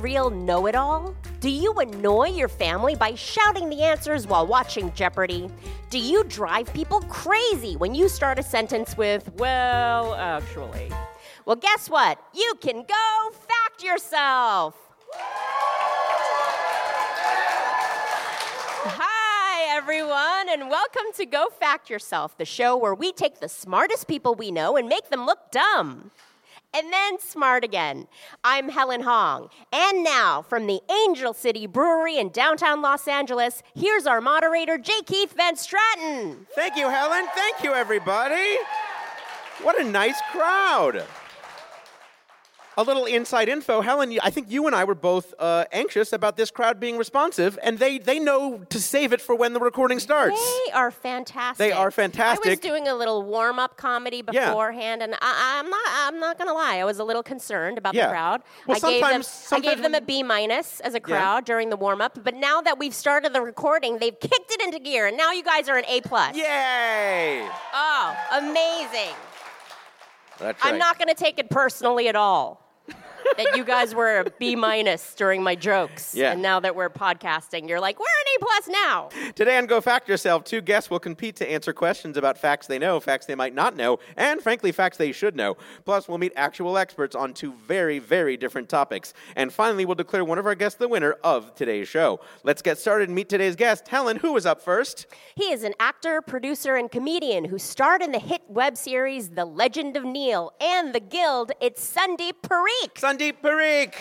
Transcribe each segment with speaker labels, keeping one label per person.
Speaker 1: real know it all? Do you annoy your family by shouting the answers while watching Jeopardy? Do you drive people crazy when you start a sentence with, well, actually? Well, guess what? You can go fact yourself! Hi, everyone, and welcome to Go Fact Yourself, the show where we take the smartest people we know and make them look dumb and then smart again. I'm Helen Hong. And now, from the Angel City Brewery in downtown Los Angeles, here's our moderator, J. Keith Van Straten.
Speaker 2: Thank you, Helen. Thank you, everybody. What a nice crowd. A little inside info, Helen. I think you and I were both uh, anxious about this crowd being responsive, and they they know to save it for when the recording starts.
Speaker 1: They are fantastic.
Speaker 2: They are
Speaker 1: I was
Speaker 2: fantastic.
Speaker 1: doing a little warm-up comedy
Speaker 2: Yeah.
Speaker 1: beforehand, and I, I'm not. I'm not gonna lie. I was a little concerned about
Speaker 2: Yeah.
Speaker 1: the crowd.
Speaker 2: Well,
Speaker 1: I gave them.
Speaker 2: sometimes-
Speaker 1: I
Speaker 2: sometimes
Speaker 1: gave them a
Speaker 2: when-
Speaker 1: B minus as a crowd during the warm-up, but now that we've started the recording, they've kicked it into gear, and now you guys are an A plus.
Speaker 2: Yay!
Speaker 1: Oh, amazing.
Speaker 2: That's
Speaker 1: I'm not going to take it personally at all that you guys were a B minus during my jokes.
Speaker 2: Yeah.
Speaker 1: And now that we're podcasting, you're like, we're an A plus now.
Speaker 2: Today on Go Fact Yourself, two guests will compete to answer questions about facts they know, facts they might not know, and frankly, facts they should know. Plus, we'll meet actual experts on two very, very different topics. And finally, we'll declare one of our guests the winner of today's show. Let's get started and meet today's guest, Helen, who is up first.
Speaker 1: He is an actor, producer, and comedian who starred in the hit web series The Legend of Neil and The Guild. It's Sundeep Parikh.
Speaker 2: Sandeep Parikh.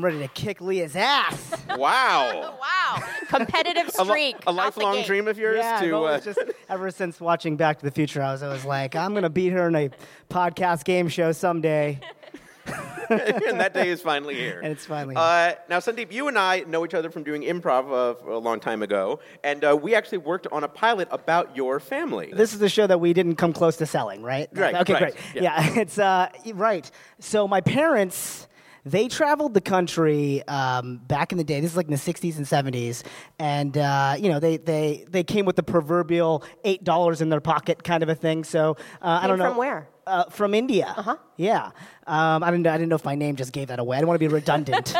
Speaker 3: I'm ready to kick Leah's ass.
Speaker 2: Wow.
Speaker 1: Wow. Competitive
Speaker 2: A, lo-
Speaker 1: streak.
Speaker 2: a
Speaker 1: out the
Speaker 2: lifelong
Speaker 1: gate.
Speaker 2: dream of yours
Speaker 3: yeah, I've
Speaker 2: to. uh,
Speaker 3: always just ever since watching Back to the Future, I was always like, I'm gonna beat her in a podcast game show someday,
Speaker 2: and that day is finally here.
Speaker 3: and it's finally.
Speaker 2: Uh, now, Sandeep, you and I know each other from doing improv uh, a long time ago, and uh, we actually worked on a pilot about your family.
Speaker 3: this is the show that we didn't come close to selling, right?
Speaker 2: Right,
Speaker 3: Okay,
Speaker 2: right,
Speaker 3: great.
Speaker 2: yeah.
Speaker 3: Yeah. it's uh, right. So my parents, they traveled the country um, back in the day. This is like in the '60s and '70s, and uh, you know they they they came with the proverbial eight dollars in their pocket kind of a thing. So uh, I
Speaker 1: Came
Speaker 3: don't know
Speaker 1: from where?
Speaker 3: Uh, from India. Uh huh. Yeah. Um, I didn't. I didn't know if my name just gave that away. I don't want to be redundant.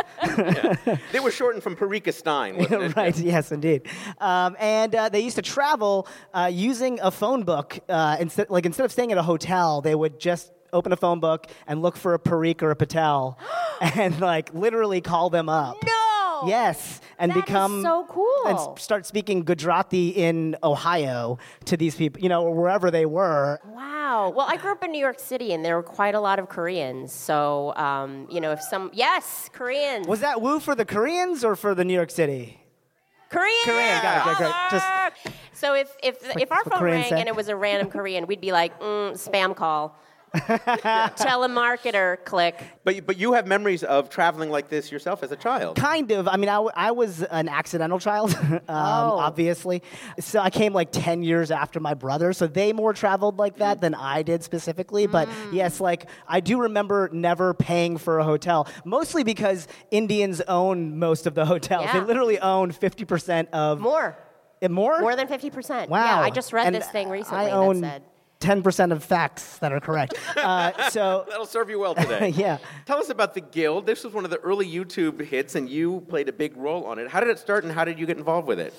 Speaker 2: They were shortened from Parikistan, wasn't it?
Speaker 3: right. Yes, indeed. Um, and uh, they used to travel uh, using a phone book. Uh, instead, like instead of staying at a hotel, they would just open a phone book and look for a Parikh or a Patel, and like literally call them up.
Speaker 1: No.
Speaker 3: Yes, and
Speaker 1: That is
Speaker 3: become
Speaker 1: so cool.
Speaker 3: and s- start speaking Gujarati in Ohio to these people, you know, or wherever they were.
Speaker 1: Wow. Well, I grew up in New York City, and there were quite a lot of Koreans. So, um, you know, if some yes, Koreans,
Speaker 3: Was that woo for the Koreans or for the New York City?
Speaker 1: Korean,
Speaker 3: Korean, gotcha, great. Just-
Speaker 1: so if if if our
Speaker 3: for
Speaker 1: phone
Speaker 3: Korean
Speaker 1: rang
Speaker 3: sake.
Speaker 1: and it was a random Korean, we'd be like, mm, spam call, telemarketer, click.
Speaker 2: But, you- but you have memories of traveling like this yourself as a child.
Speaker 3: Kind of. I mean, I, w- I was an accidental child, um,
Speaker 1: Oh.
Speaker 3: obviously. So I came like 10 years after my brother. So they more traveled like that than I did specifically. But
Speaker 1: Mm.
Speaker 3: yes, like I do remember never paying for a hotel, mostly because Indians own most of the hotels.
Speaker 1: Yeah.
Speaker 3: They literally own 50% of.
Speaker 1: More,
Speaker 3: Eh, More?
Speaker 1: more than fifty percent.
Speaker 3: Wow.
Speaker 1: Yeah, I just read
Speaker 3: And
Speaker 1: this thing recently
Speaker 3: I own
Speaker 1: that said.
Speaker 3: 10% of facts that are correct. uh, so,
Speaker 2: That'll serve you well today.
Speaker 3: yeah.
Speaker 2: Tell us about The Guild. This was one of the early YouTube hits, and you played a big role on it. How did it start, and how did you get involved with it?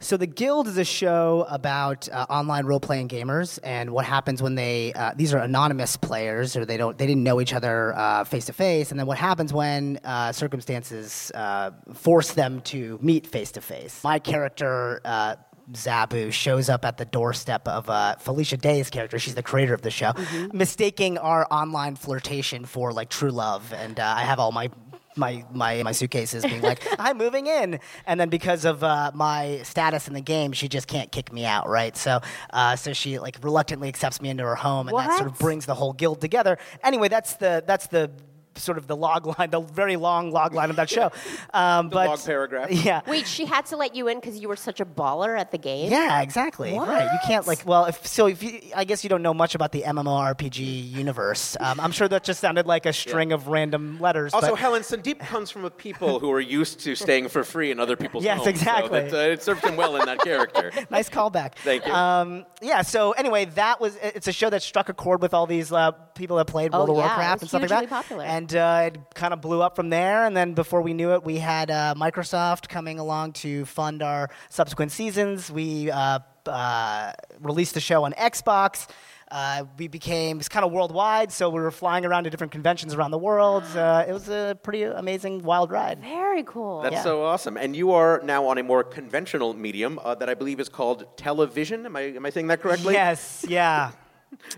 Speaker 3: So the Guild is a show about uh, online role-playing gamers and what happens when they. Uh, these are anonymous players, or they don't. They didn't know each other uh, face to face, and then what happens when uh, circumstances uh, force them to meet face to face. My character. Uh, Zabu shows up at the doorstep of uh, Felicia Day's character. She's the creator of the show, mistaking our online flirtation for like true love. And uh, I have all my my my my suitcases being like I'm moving in and then because of uh, my status in the game she just can't kick me out right so uh, so she like reluctantly accepts me into her home and that sort of
Speaker 1: What?
Speaker 3: brings the whole guild together anyway that's the that's the sort of the log line the very long log line of that show um, but
Speaker 2: log paragraph.
Speaker 3: yeah
Speaker 1: Wait, she had to let you in because you were such a baller at the game.
Speaker 3: yeah, exactly. Right. You can't like well, if so if you I guess you don't know much about the MMORPG universe. Um, I'm sure that just sounded like a string of random letters.
Speaker 2: Also,
Speaker 3: but-
Speaker 2: Helen, Sandeep comes from a people who are used to staying for free in other people's
Speaker 3: Yes,
Speaker 2: homes. so
Speaker 3: exactly.
Speaker 2: that's, uh, it served him well in that character.
Speaker 3: nice callback.
Speaker 2: Thank you.
Speaker 3: Um, yeah. So anyway, that was it's a show that struck a chord with all these uh, people that played
Speaker 1: Oh,
Speaker 3: World of
Speaker 1: yeah, it
Speaker 3: Warcraft
Speaker 1: was
Speaker 3: and stuff like that.
Speaker 1: hugely popular.
Speaker 3: And and uh, it kind of blew up from there. And then before we knew it, we had uh, Microsoft coming along to fund our subsequent seasons. We uh, uh, released the show on Xbox. Uh, we became it's kind of worldwide, so we were flying around to different conventions around the world. Uh, it was a pretty amazing, wild ride.
Speaker 1: Very cool.
Speaker 2: That's
Speaker 3: Yeah.
Speaker 2: so awesome. And you are now on a more conventional medium uh, that I believe is called television. Am I am I saying that correctly?
Speaker 3: Yes, yeah.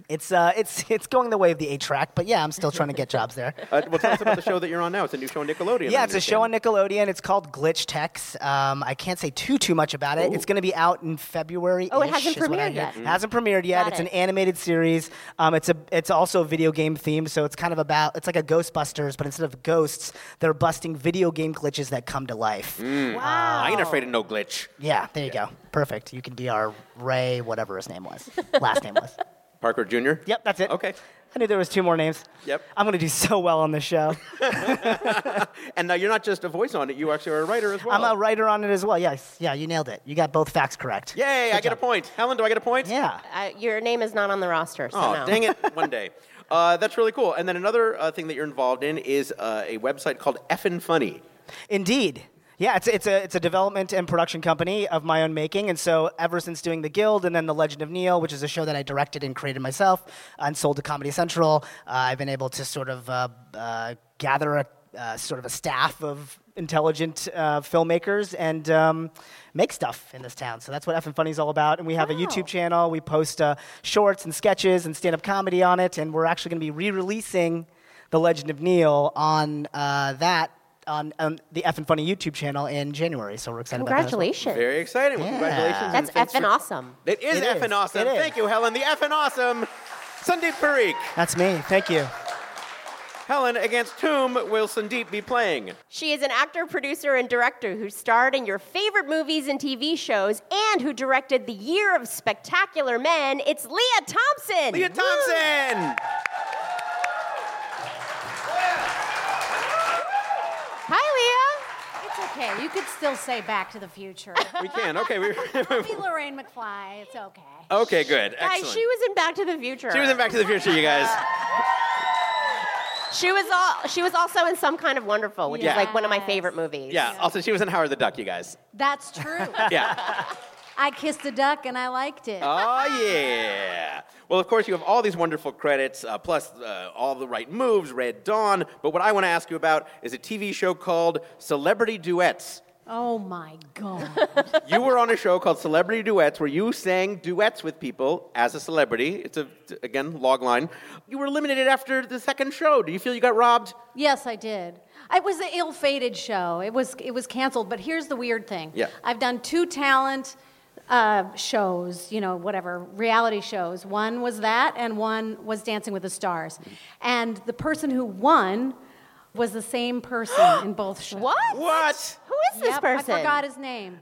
Speaker 3: It's uh, it's it's going the way of the A track, but yeah, I'm still trying to get jobs there.
Speaker 2: Uh, well, tell us about the show that you're on now. It's a new show on Nickelodeon.
Speaker 3: Yeah, it's a show on Nickelodeon. It's called Glitch Techs. Um, I can't say too too much about it. It's going to be out in February.
Speaker 1: Oh, it hasn't premiered yet.
Speaker 3: It hasn't premiered yet.
Speaker 1: Got
Speaker 3: it's
Speaker 1: it.
Speaker 3: an animated series. Um, it's a it's also video game themed, so it's kind of about it's like a Ghostbusters, but instead of ghosts, they're busting video game glitches that come to life.
Speaker 2: Mm.
Speaker 1: wow.
Speaker 2: I ain't afraid of no glitch.
Speaker 3: Yeah, there you go. Perfect. You can be our Ray, whatever his name was, last name was.
Speaker 2: Parker Jr.
Speaker 3: Yep, that's it.
Speaker 2: Okay.
Speaker 3: I knew there was two more names.
Speaker 2: Yep.
Speaker 3: I'm going to do so well on this show.
Speaker 2: And now you're not just a voice on it. You actually are a writer as well.
Speaker 3: I'm a writer on it as well. Yes. Yeah, you nailed it. You got both facts correct.
Speaker 2: Yay! I
Speaker 3: Good
Speaker 2: get a
Speaker 3: job.
Speaker 2: point. Helen, do I get a point?
Speaker 3: Yeah.
Speaker 1: I- Uh, your name is not on the roster. So
Speaker 2: Oh,
Speaker 1: no.
Speaker 2: dang it! One day. Uh, that's really cool. And then another uh, thing that you're involved in is uh, a website called Effin Funny.
Speaker 3: Indeed. Yeah, it's, it's, a, it's a development and production company of my own making. And so, ever since doing The Guild and then The Legend of Neil, which is a show that I directed and created myself and sold to Comedy Central, uh, I've been able to sort of uh, uh, gather a uh, sort of a staff of intelligent uh, filmmakers and um, make stuff in this town. So, that's what F and Funny is all about. And we have a
Speaker 1: Wow.
Speaker 3: YouTube channel, we post uh, shorts and sketches and stand up comedy on it. And we're actually going to be re releasing The Legend of Neil on uh, that on, on the F and Funny YouTube channel in January. So we're excited
Speaker 1: Congratulations.
Speaker 2: Very exciting. Well,
Speaker 3: Yeah.
Speaker 2: congratulations. and
Speaker 1: That's
Speaker 2: thanks
Speaker 1: effing
Speaker 2: for-
Speaker 1: awesome.
Speaker 2: It is
Speaker 3: It is.
Speaker 2: effing awesome.
Speaker 3: It is.
Speaker 2: Thank you, Helen. The effing awesome. Sandeep Parikh.
Speaker 3: about that. That's me. Thank you.
Speaker 2: Helen, against whom will Sandeep be playing?
Speaker 1: She is an actor, producer, and director who starred in your favorite movies and TV shows and who directed The Year of Spectacular Men. It's Leah Thompson.
Speaker 2: Leah Thompson.
Speaker 1: Hi, Leah.
Speaker 4: It's okay. You could still say Back to the Future.
Speaker 2: We can. Okay. We,
Speaker 4: Be Lorraine McFly. It's okay.
Speaker 2: okay. Good. Excellent.
Speaker 1: Guys, she was in Back to the Future.
Speaker 2: She was in Back to the Future, you guys.
Speaker 1: She was all. She was also in Some Kind of Wonderful, which
Speaker 2: Yeah.
Speaker 1: is like one of my
Speaker 4: Yes.
Speaker 1: favorite movies.
Speaker 2: Yeah. Also, she was in Howard the Duck, you guys.
Speaker 4: That's true.
Speaker 2: Yeah.
Speaker 4: I kissed a duck and I liked it.
Speaker 2: oh yeah. Well, of course, you have all these wonderful credits, uh, plus uh, all the right moves, Red Dawn. But what I want to ask you about is a TV show called Celebrity Duets.
Speaker 4: Oh my God.
Speaker 2: You were on a show called Celebrity Duets where you sang duets with people as a celebrity. It's a again log line. You were eliminated after the second show. Do you feel you got robbed?
Speaker 4: Yes, I did. It was an ill-fated show. It was it was canceled. But here's the weird thing.
Speaker 2: Yeah.
Speaker 4: I've done two talent uh, shows, you know, whatever reality shows. One was that, and one was Dancing with the Stars. And the person who won was the same person in both shows.
Speaker 1: What?
Speaker 2: What?
Speaker 1: Who is this
Speaker 4: Yep,
Speaker 1: person?
Speaker 4: I forgot his name.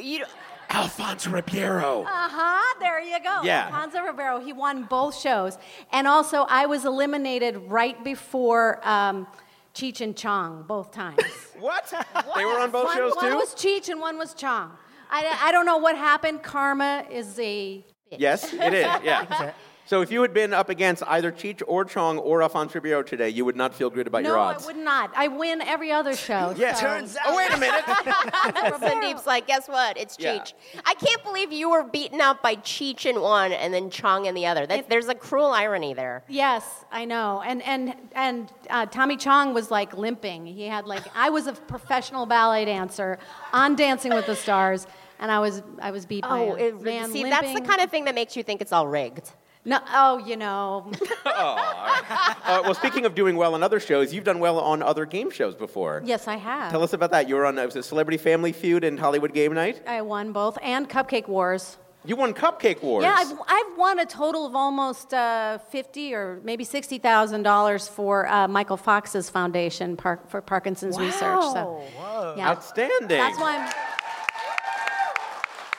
Speaker 1: You-
Speaker 2: Alfonso Ribeiro.
Speaker 4: Uh huh. There you go.
Speaker 2: Yeah.
Speaker 4: Alfonso Ribeiro. He won both shows, and also I was eliminated right before um, Cheech and Chong both times.
Speaker 2: What? They were on both
Speaker 4: one,
Speaker 2: shows
Speaker 4: one
Speaker 2: too?
Speaker 4: was Cheech and one was Chong. I, I don't know what happened. Karma is a.
Speaker 2: yes, it is. Yeah. So if you had been up against either Cheech or Chong or Alfonso Ribeiro today, you would not feel good about your
Speaker 4: No, I
Speaker 2: odds.
Speaker 4: would not. I win every other show.
Speaker 2: Yeah.
Speaker 4: so.
Speaker 2: Oh, wait a minute.
Speaker 1: Sandeep's like, guess what? It's
Speaker 2: Yeah.
Speaker 1: Cheech. I can't believe you were beaten out by Cheech in one and then Chong in the other. That, there's a cruel irony there.
Speaker 4: Yes, I know. And and and uh, Tommy Chong was like limping. He had like I was a professional ballet dancer on Dancing with the Stars, and I was I was beat by
Speaker 1: Oh,
Speaker 4: a
Speaker 1: it-
Speaker 4: man
Speaker 1: see,
Speaker 4: limping.
Speaker 1: that's the kind of thing that makes you think it's all rigged.
Speaker 4: No, oh, you know.
Speaker 2: Uh, well, speaking of doing well on other shows, you've done well on other game shows before.
Speaker 4: yes, I have.
Speaker 2: Tell us about that. You were on uh, was it Celebrity Family Feud and Hollywood Game Night.
Speaker 4: I won both and Cupcake Wars.
Speaker 2: You won Cupcake Wars.
Speaker 4: Yeah, I've, I've won a total of almost uh, fifty or maybe sixty thousand dollars for uh, Michael Fox's foundation par- for Parkinson's research. So, yeah.
Speaker 2: Outstanding.
Speaker 4: That's why I'm.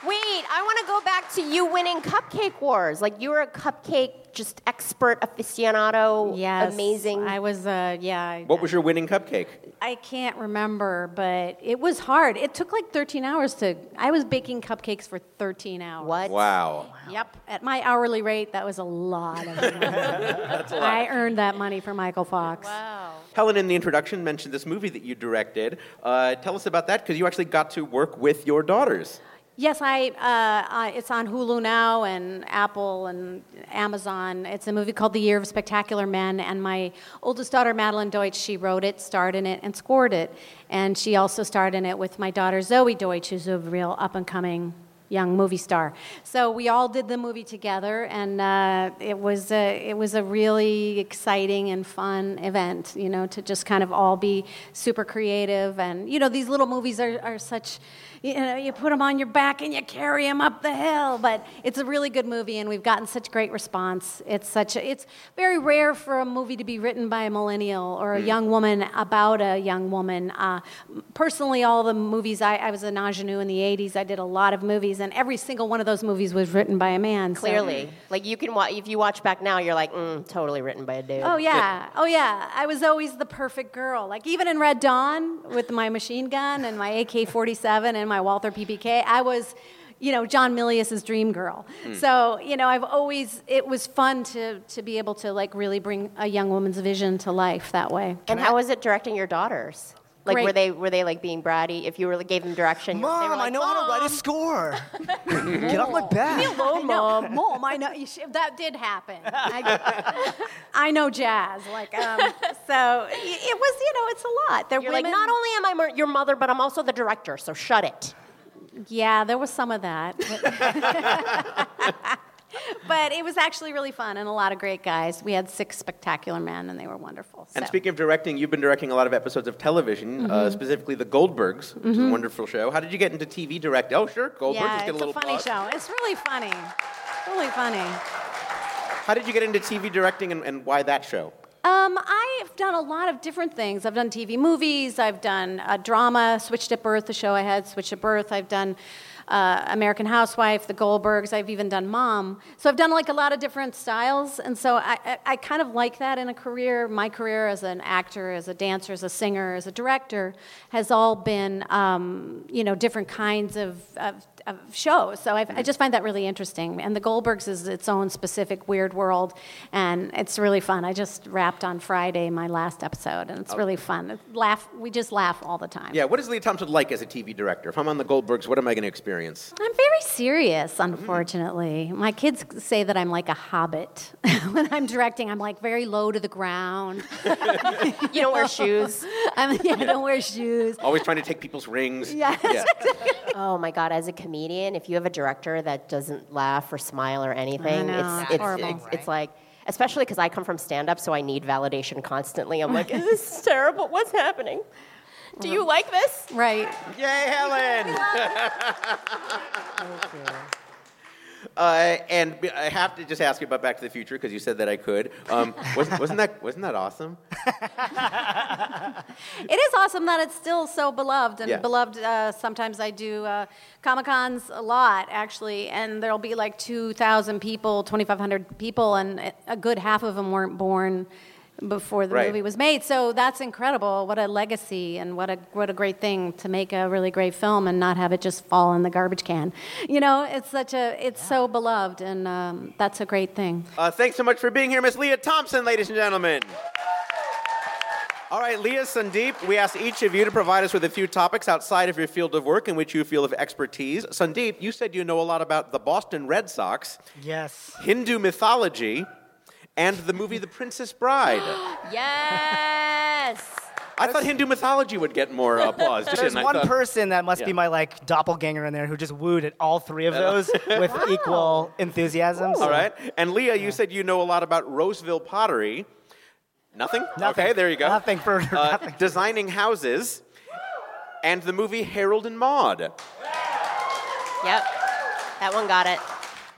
Speaker 1: Wait, I want to go back to you winning Cupcake Wars. Like you were a cupcake just expert aficionado.
Speaker 4: Yes,
Speaker 1: Amazing.
Speaker 4: I was. Uh, yeah. I-
Speaker 2: What was your winning cupcake?
Speaker 4: I can't remember, but it was hard. It took like thirteen hours to. I was baking cupcakes for thirteen hours.
Speaker 1: what?
Speaker 2: Wow.
Speaker 4: Yep. At my hourly rate, that was a lot of money. I earned that money for Michael Fox. Wow.
Speaker 2: Helen, in the introduction, mentioned this movie that you directed. Uh, tell us about that because you actually got to work with your daughters.
Speaker 4: Yes, I, uh, I. It's on Hulu now and Apple and Amazon. It's a movie called The Year of Spectacular Men, and my oldest daughter Madeline Deutsch, she wrote it, starred in it, and scored it, and she also starred in it with my daughter Zoe Deutsch, who's a real up and coming young movie star. So we all did the movie together, and uh, it was a, it was a really exciting and fun event. You know, to just kind of all be super creative, and you know, these little movies are, are such. You know, you put them on your back and you carry them up the hill. But it's a really good movie, and we've gotten such great response. It's such a, it's very rare for a movie to be written by a millennial or a young woman about a young woman. Uh, personally, all the movies I, I was an ingenue in the '80s. I did a lot of movies, and every single one of those movies was written by a man. so-
Speaker 1: Clearly, like you can watch if you watch back now, you're like, mm, totally written by a dude.
Speaker 4: Oh yeah, oh yeah. I was always the perfect girl. Like even in Red Dawn with my machine gun and my AK-47 and my Walther PPK, I was, you know, John Milius's dream girl. So you know, I've always. It was fun to to be able to like really bring a young woman's vision to life that way.
Speaker 1: And how was it directing your daughters? Like were
Speaker 4: Great.
Speaker 1: they were they like being bratty? If you were gave them direction, they were
Speaker 3: Mom,
Speaker 1: like,
Speaker 3: I know how to write a score. Get off my back.
Speaker 4: Hello, mom. Mom, I know you should- that did happen. I, I know jazz. Like um, so, it it was. You know, it's a lot. They're
Speaker 1: You're
Speaker 4: women.
Speaker 1: like, not only am I mo- your mother, but I'm also the director. So shut it.
Speaker 4: Yeah, there was some of that. but it was actually really fun and a lot of great guys. We had six spectacular men and they were wonderful.
Speaker 2: And
Speaker 4: so. Mm-hmm.
Speaker 2: speaking of directing, you've been directing a lot of episodes of television, uh, specifically The Goldbergs, which is a wonderful show. How did you get into TV direct? Oh, sure, Goldbergs.
Speaker 4: yeah,
Speaker 2: Let's get
Speaker 4: it's
Speaker 2: a little
Speaker 4: funny
Speaker 2: plug.
Speaker 4: show. It's really funny. Really funny.
Speaker 2: How did you get into TV directing and, and why that show?
Speaker 4: Um, I've done a lot of different things. I've done TV movies. I've done uh, drama, Switched at Birth, the show I had, Switched at Birth. I've done uh, American Housewife, The Goldbergs. I've even done Mom. So I've done like a lot of different styles, and so I, I, I kind of like that in a career. My career as an actor, as a dancer, as a singer, as a director has all been um, you know different kinds of. of of shows, so I've, I just find that really interesting. And the Goldbergs is its own specific weird world, and it's really fun. I just wrapped on Friday my last episode, and it's really fun. Laugh, we just laugh all the time.
Speaker 2: Yeah, what is Leah Thompson like as a TV director? If I'm on The Goldbergs, what am I going to experience?
Speaker 4: I'm very serious, unfortunately. My kids say that I'm like a hobbit. when I'm directing, I'm like very low to the ground.
Speaker 1: You don't wear shoes.
Speaker 4: I'm, yeah, I don't wear shoes.
Speaker 2: Always trying to take people's rings.
Speaker 4: Yes.
Speaker 2: Yeah.
Speaker 1: Oh my god! As a comedian, if you have a director that doesn't laugh or smile or anything,
Speaker 4: know,
Speaker 1: it's
Speaker 4: it's
Speaker 1: it's,
Speaker 4: horrible.
Speaker 1: it's, it's like. Especially because I come from stand up, so I need validation constantly. I'm like, this is terrible. What's happening? Do you like this?
Speaker 4: Right.
Speaker 2: Yay, Helen! Uh, and b- I have to just ask you about Back to the Future because you said that I could. Um, wasn't, wasn't that wasn't that awesome?
Speaker 4: It is awesome that it's still so beloved and
Speaker 2: Yeah.
Speaker 4: beloved. Uh, sometimes I do uh, Comic Cons a lot, actually, and there'll be like 2,000 people, 2,500 people, and a good half of them weren't born before the
Speaker 2: Right.
Speaker 4: movie was made. So that's incredible. What a legacy and what a what a great thing to make a really great film and not have it just fall in the garbage can. You know, it's such a it's so beloved, and um, that's a great thing.
Speaker 2: Uh, thanks so much for being here, Miss Leah Thompson, ladies and gentlemen. All right, Leah, Sandeep, we asked each of you to provide us with a few topics outside of your field of work in which you feel of expertise. Sandeep, you said you know a lot about the Boston Red Sox,
Speaker 3: Yes.
Speaker 2: Hindu mythology, and the movie The Princess Bride.
Speaker 1: Yes.
Speaker 2: I thought Hindu mythology would get more applause.
Speaker 3: There's
Speaker 2: didn't I?
Speaker 3: one
Speaker 2: Thought-
Speaker 3: person that must
Speaker 2: Yeah.
Speaker 3: be my like doppelganger in there who just wooed at all three of those with equal enthusiasm. so-
Speaker 2: All right. And Leah, you said you know a lot about Roseville pottery. Nothing?
Speaker 3: Nothing.
Speaker 2: Okay, there you go.
Speaker 3: Nothing for
Speaker 2: Uh,
Speaker 3: nothing.
Speaker 2: designing houses and the movie Harold and Maude.
Speaker 1: Yep. That one got it.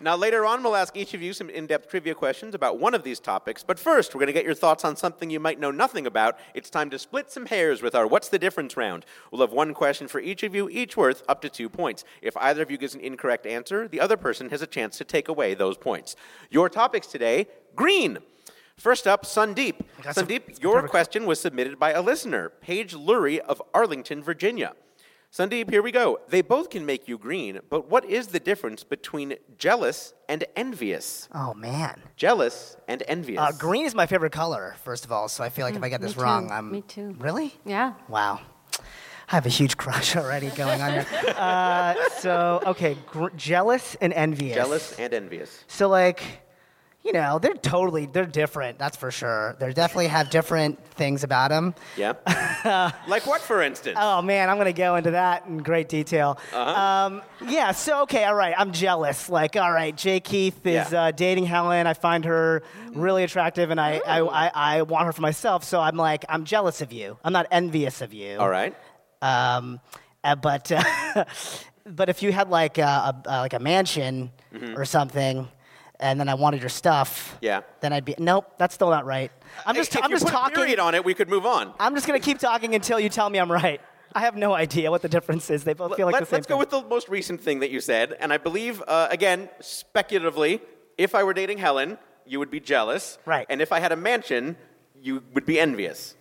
Speaker 2: Now, later on, we'll ask each of you some in depth trivia questions about one of these topics. But first, we're going to get your thoughts on something you might know nothing about. It's time to split some hairs with our What's the Difference round. We'll have one question for each of you, each worth up to two points. If either of you gives an incorrect answer, the other person has a chance to take away those points. Your topics today green. First up, Sundeep.
Speaker 3: got some-
Speaker 2: Sundeep, your question was submitted by a listener, Paige Lurie of Arlington, Virginia. Sandeep, here we go. They both can make you green, but what is the difference between jealous and envious?
Speaker 3: Oh man.
Speaker 2: Jealous and envious.
Speaker 3: Uh, green is my favorite color, first of all. So I feel like if I get this
Speaker 4: Mm, me too.
Speaker 3: wrong, I'm
Speaker 4: Me too.
Speaker 3: Really?
Speaker 4: Yeah.
Speaker 3: Wow. I have a huge crush already going on. here. Uh, so okay, gr- jealous and envious.
Speaker 2: Jealous and envious.
Speaker 3: So like, you know, they're totally they're different. That's for sure. They definitely have different things about them.
Speaker 2: Yeah. like what, for instance?
Speaker 3: Oh man, I'm gonna go into that in great detail.
Speaker 2: Uh-huh.
Speaker 3: Um, yeah. So okay, all right. I'm jealous. Like, all right, Jay Keith is
Speaker 2: Yeah.
Speaker 3: uh, dating Helen. I find her really attractive, and I, I, I I want her for myself. So I'm like, I'm jealous of you. I'm not envious of you.
Speaker 2: All right.
Speaker 3: Um, uh, but uh, but if you had like a, a, uh, like a mansion or something, and then I wanted your stuff,
Speaker 2: Mm-hmm. Yeah.
Speaker 3: then I'd be nope. That's still not right. I'm just
Speaker 2: if
Speaker 3: I'm
Speaker 2: you
Speaker 3: just
Speaker 2: put a
Speaker 3: talking.
Speaker 2: period on it, we could move on.
Speaker 3: I'm just gonna keep talking until you tell me I'm right. I have no idea what the difference is. They both feel like
Speaker 2: Let,
Speaker 3: the same
Speaker 2: us go
Speaker 3: thing.
Speaker 2: with the most recent thing that you said, and I believe, uh, again, speculatively, if I were dating Helen, you would be jealous.
Speaker 3: Right.
Speaker 2: And if I had a mansion, you would be envious.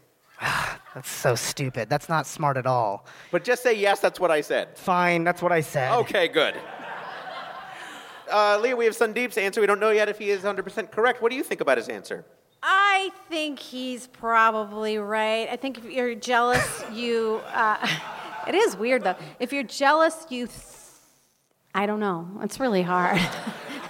Speaker 3: That's so stupid. That's not smart at all.
Speaker 2: But just say yes, that's what I said.
Speaker 3: Fine, that's what I said.
Speaker 2: Okay, good. Uh, Leah, we have Sandeep's answer. We don't know yet if he is 100% correct. What do you think about his answer?
Speaker 4: I think he's probably right. I think if you're jealous, you. Uh, it is weird though. If you're jealous, you. Th- I don't know. It's really hard.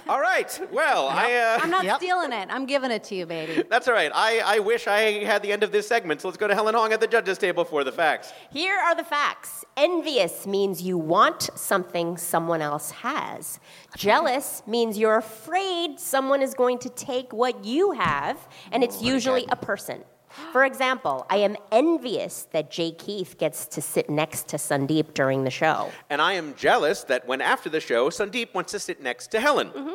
Speaker 2: All right. Well, I. Uh,
Speaker 4: I'm not
Speaker 3: Yep.
Speaker 4: stealing it. I'm giving it to you, baby.
Speaker 2: that's all right. I, I wish I had the end of this segment, so let's go to Helen Hong at the judges' table for the facts.
Speaker 1: Here are the facts. Envious means you want something someone else has. Jealous means you're afraid someone is going to take what you have, and it's usually a person. For example, I am envious that Jay Keith gets to sit next to Sandeep during the show.
Speaker 2: And I am jealous that when after the show, Sandeep wants to sit next to Helen.
Speaker 3: Mm-hmm.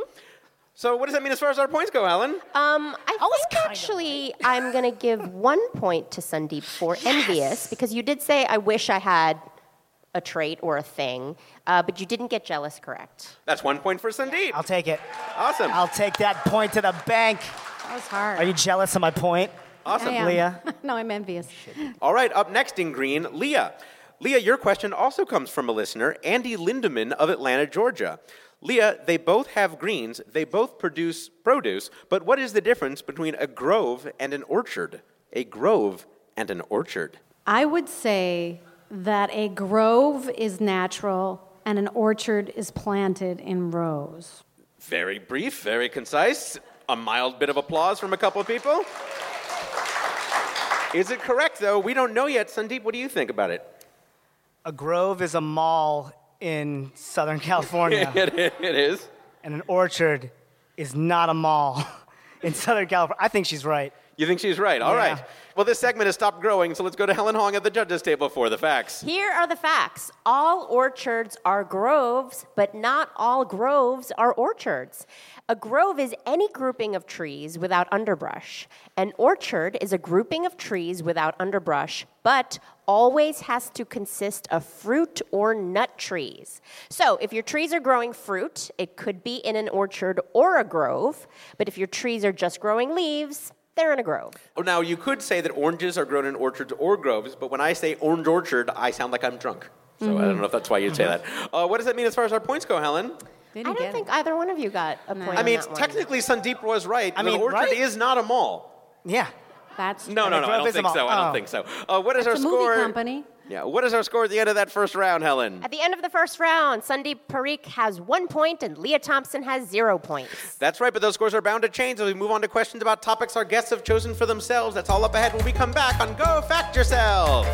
Speaker 2: So, what does that mean as far as our points go, Helen?
Speaker 3: Uh,
Speaker 1: Um, I think actually I'm going to give one point to Sandeep for envious because you did say, I wish I had a trait or a thing, uh, but you didn't get jealous correct.
Speaker 2: That's one point for Sandeep.
Speaker 3: I'll take it.
Speaker 2: awesome.
Speaker 3: I'll take that point to the bank.
Speaker 4: That was hard.
Speaker 3: Are you jealous of my point?
Speaker 4: I
Speaker 2: awesome.
Speaker 4: am.
Speaker 3: Leah?
Speaker 4: no, I'm envious.
Speaker 2: All right, up next in green, Leah. Leah, your question also comes from a listener, Andy Lindeman of Atlanta, Georgia. Leah, they both have greens, they both produce produce, but what is the difference between a grove and an orchard? A grove and an orchard.
Speaker 4: I would say that a grove is natural and an orchard is planted in rows.
Speaker 2: Very brief, very concise. A mild bit of applause from a couple of people. Is it correct, though? We don't know yet. Sandeep, what do you think about it?
Speaker 3: A grove is a mall in Southern California,
Speaker 2: It, it is.
Speaker 3: and an orchard is not a mall in Southern California. I think she's right.
Speaker 2: You think she's right? All right.
Speaker 3: Yeah.
Speaker 2: Well, this segment has stopped growing, so let's go to Helen Hong at the judges' table for the facts.
Speaker 1: Here are the facts. All orchards are groves, but not all groves are orchards. A grove is any grouping of trees without underbrush. An orchard is a grouping of trees without underbrush, but always has to consist of fruit or nut trees. So, if your trees are growing fruit, it could be in an orchard or a grove, but if your trees are just growing leaves, they're in a grove.
Speaker 2: Now, you could say that oranges are grown in orchards or groves, but when I say orange orchard, I sound like I'm drunk. So I don't know if that's why you'd say that. Uh, what does that mean as far as our points go, Helen?
Speaker 1: I don't think either one of you got a point.
Speaker 2: I
Speaker 1: on
Speaker 2: mean,
Speaker 1: that one.
Speaker 2: technically, Sandeep was right.
Speaker 3: I
Speaker 2: An
Speaker 3: mean,
Speaker 2: orchard
Speaker 3: right?
Speaker 2: is not a mall.
Speaker 3: Yeah.
Speaker 4: That's
Speaker 2: No, no, no. I
Speaker 3: Grove
Speaker 2: don't
Speaker 3: is a
Speaker 2: think
Speaker 3: mall.
Speaker 2: so. I don't
Speaker 3: Oh.
Speaker 2: think so. Uh, what is
Speaker 4: It's a
Speaker 2: our
Speaker 4: movie
Speaker 2: score?
Speaker 4: company.
Speaker 2: Yeah. What is our score at the end of that first round, Helen?
Speaker 1: At the end of the first round, Sandeep Parikh has one point and Leah Thompson has zero points.
Speaker 2: That's right, but those scores are bound to change as we move on to questions about topics our guests have chosen for themselves. That's all up ahead when we come back on Go Fact Yourself.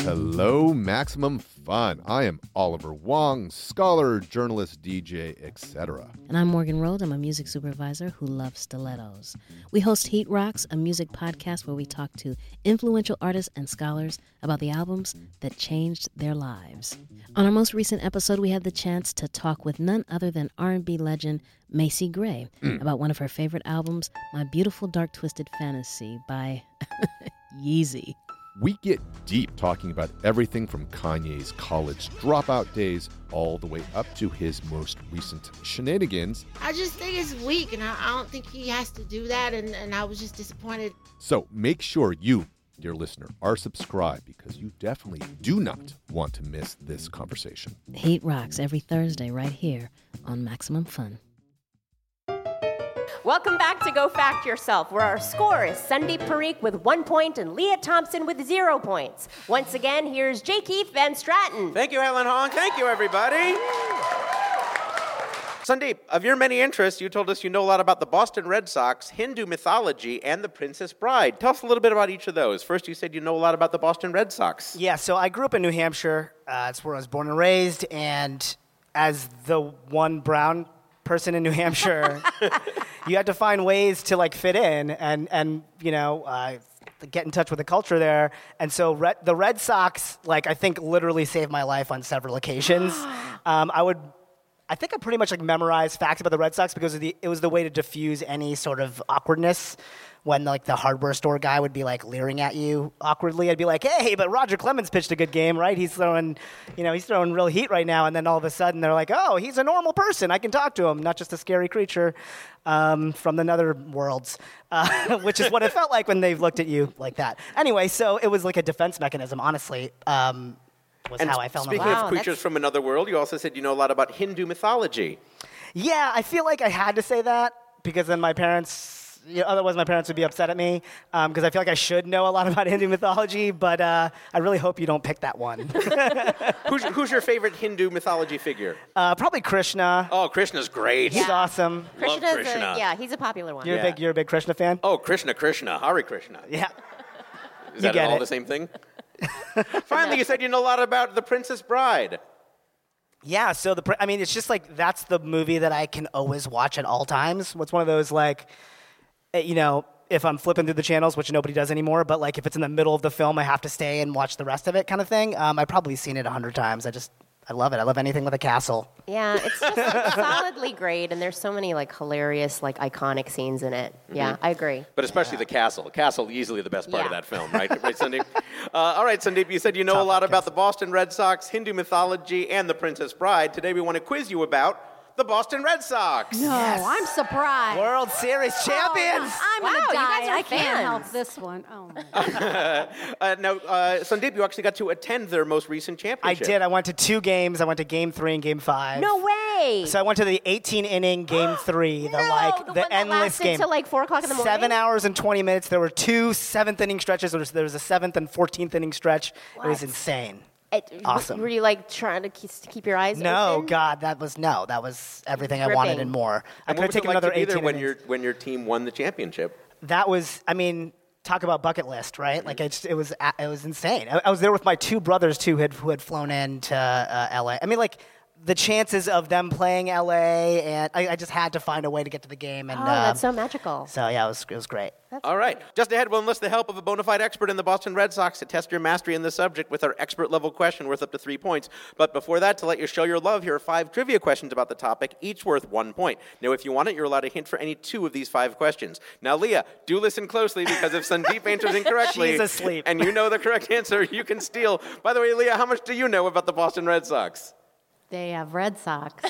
Speaker 5: Hello, Maximum Fun. I am Oliver Wong, scholar, journalist, DJ, etc.
Speaker 6: And I'm Morgan Rold. I'm a music supervisor who loves stilettos. We host Heat Rocks, a music podcast where we talk to influential artists and scholars about the albums that changed their lives. On our most recent episode, we had the chance to talk with none other than R&B legend Macy Gray about one of her favorite albums, My Beautiful Dark Twisted Fantasy by Yeezy.
Speaker 5: We get deep talking about everything from Kanye's college dropout days all the way up to his most recent shenanigans.
Speaker 7: I just think it's weak, and I, I don't think he has to do that. And, and I was just disappointed.
Speaker 5: So make sure you, dear listener, are subscribed because you definitely do not want to miss this conversation.
Speaker 6: Hate Rocks every Thursday right here on Maximum Fun.
Speaker 1: Welcome back to Go Fact Yourself, where our score is Sunday Parikh with one point and Leah Thompson with zero points. Once again, here's J. Keith Van Stratton.
Speaker 2: Thank you, Helen Hong. Thank you, everybody. Sandeep, of your many interests, you told us you know a lot about the Boston Red Sox, Hindu mythology, and the Princess Bride. Tell us a little bit about each of those. First, you said you know a lot about the Boston Red Sox.
Speaker 3: Yeah, so I grew up in New Hampshire. Uh, it's where I was born and raised. And as the one brown person in New Hampshire, you had to find ways to like fit in and and you know uh, get in touch with the culture there. And so Red, the Red Sox, like I think, literally saved my life on several occasions. um, I would. I think I pretty much like memorized facts about the Red Sox because of the, it was the way to diffuse any sort of awkwardness when like the hardware store guy would be like leering at you awkwardly. I'd be like, "Hey, but Roger Clemens pitched a good game, right? He's throwing, you know, he's throwing real heat right now." And then all of a sudden, they're like, "Oh, he's a normal person. I can talk to him, not just a scary creature um, from the nether worlds," uh, which is what it felt like when they looked at you like that. Anyway, so it was like a defense mechanism, honestly. Um, was how I fell in
Speaker 2: speaking
Speaker 3: love.
Speaker 1: Wow,
Speaker 2: of
Speaker 1: that's-
Speaker 2: creatures from another world, you also said you know a lot about Hindu mythology.
Speaker 3: Yeah, I feel like I had to say that because then my parents, you know, otherwise my parents would be upset at me because I feel like I should know a lot about Hindu mythology, but uh, I really hope you don't pick that one.
Speaker 2: who's, who's your favorite Hindu mythology figure?
Speaker 3: uh, probably Krishna.
Speaker 2: oh, Krishna's great.
Speaker 3: He's awesome.
Speaker 2: Love
Speaker 1: Krishna's
Speaker 2: Krishna.
Speaker 1: A, yeah, he's a popular one.
Speaker 3: You're
Speaker 2: Yeah.
Speaker 3: a big, you're a big Krishna fan.
Speaker 2: Oh, Krishna, Krishna, Hare Krishna.
Speaker 3: Yeah.
Speaker 2: Is that
Speaker 3: get
Speaker 2: all
Speaker 3: it.
Speaker 2: the same thing? Finally, you said you know a lot about The Princess Bride.
Speaker 3: Yeah, so the pr- I mean, it's just like that's the movie that I can always watch at all times. It's one of those like, eh, you know, if I'm flipping through the channels, which nobody does anymore, but like if it's in the middle of the film, I have to stay and watch the rest of it, kind of thing. Um, I've probably seen it a hundred times. I just I love it. I love anything with a castle.
Speaker 1: Yeah, it's just like, solidly great, and there's so many like hilarious, like iconic scenes in it. Yeah,
Speaker 2: Mm-hmm.
Speaker 1: I agree.
Speaker 2: But especially the castle. The Castle, easily the best part of
Speaker 1: Yeah.
Speaker 2: that film, right? right, Sandeep? Uh, all right, Sandeep, you said you know a lot about the Boston Red Sox, Hindu mythology, and The Princess Bride. Today we want to quiz you about the Boston Red Sox.
Speaker 4: No, I'm surprised.
Speaker 3: World Series champions.
Speaker 4: I'm
Speaker 1: Wow,
Speaker 4: gonna
Speaker 1: you
Speaker 4: die.
Speaker 1: guys are
Speaker 4: I can't help
Speaker 1: fans.
Speaker 4: this one. Oh, my.
Speaker 2: Uh, now, uh, Sandeep, you actually got to attend their most recent
Speaker 3: I
Speaker 2: championship.
Speaker 3: did. I went to two games. I went to Game Three and Game Five.
Speaker 1: No way.
Speaker 3: So I went to the 18 inning Game Three, the like
Speaker 1: the, one that
Speaker 3: endless
Speaker 1: lasted
Speaker 3: game.
Speaker 1: till like four o'clock in the morning.
Speaker 3: Seven hours and 20 minutes. There were two seventh inning stretches. There was, there was a seventh and 14th inning stretch. It was insane.
Speaker 1: It- w-
Speaker 3: Awesome.
Speaker 1: Were you like trying to keep, keep your eyes
Speaker 3: no,
Speaker 1: open?
Speaker 3: God, that was no. That was everything I
Speaker 1: Gripping.
Speaker 3: wanted and more. I could
Speaker 2: And what
Speaker 3: have
Speaker 2: was it
Speaker 3: taken
Speaker 2: like
Speaker 3: another
Speaker 2: to be there
Speaker 3: 18
Speaker 2: when
Speaker 3: innings.
Speaker 2: your, when your team won the championship?
Speaker 3: that was i mean talk about bucket list right like it's, it was a- it was insane I, I was there with my two brothers too who had, who had flown in to uh, la i mean like the chances of them playing la and I, I just had to find a way to get to the game and
Speaker 1: Oh,
Speaker 3: um,
Speaker 1: that's so Oh, magical.
Speaker 3: so yeah it was, it was great
Speaker 2: All right. Just ahead, we'll enlist the help of a bona fide expert in the Boston Red Sox to test your mastery in the subject with our expert level question worth up to three points. But before that, to let you show your love, here are five trivia questions about the topic, each worth one point. Now, if you want it, you're allowed a hint for any two of these five questions. Now, Leah, do listen closely because if Sandeep answers incorrectly
Speaker 3: She's asleep.
Speaker 2: and you know the correct answer, you can steal. By the way, Leah, how much do you know about the Boston Red Sox?
Speaker 4: They have Red Sox.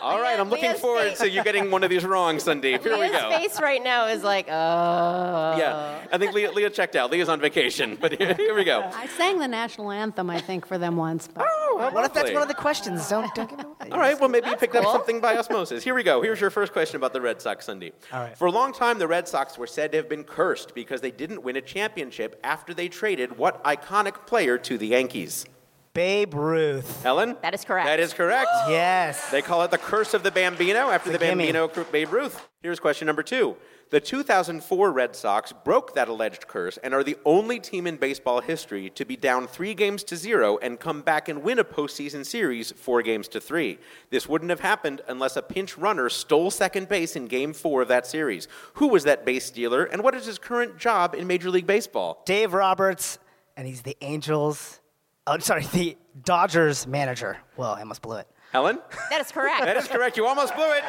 Speaker 2: All right, I'm looking
Speaker 1: Leah's
Speaker 2: forward
Speaker 1: face-
Speaker 2: to you getting one of these wrong, Sandeep. Here we
Speaker 1: Leah's
Speaker 2: go.
Speaker 1: face right now is like, oh.
Speaker 2: Yeah, I think Leah, Leah checked out. Leah's on vacation, but here, here we go.
Speaker 4: I sang the national anthem, I think, for them once. But
Speaker 3: what if that's one of the questions don't, don't give it away
Speaker 2: Oh, All right, well, maybe you picked up something by osmosis. Here we go. Here's your first question about the Red Sox Sunday. All
Speaker 3: right.
Speaker 2: For a long time, the Red Sox were said to have been cursed because they didn't win a championship after they traded what iconic player to the Yankees?
Speaker 3: babe ruth
Speaker 2: Ellen?
Speaker 1: That is correct.
Speaker 2: That is correct.
Speaker 3: yes
Speaker 2: They call it the curse of the Bambino after the
Speaker 3: a gimme.
Speaker 2: Bambino cr- Babe Ruth. Here's question number two. The 2004 Red Sox broke that alleged curse and are the only team in baseball history to be down three games to zero and come back and win a postseason series four games to three. This wouldn't have happened unless a pinch runner stole second base in game four of that series. Who was that base stealer and what is his current job in Major League Baseball?
Speaker 3: dave roberts and he's the angels oh sorry the dodgers manager whoa i almost blew it
Speaker 2: Helen?
Speaker 1: That is correct.
Speaker 2: That is correct. You almost blew it.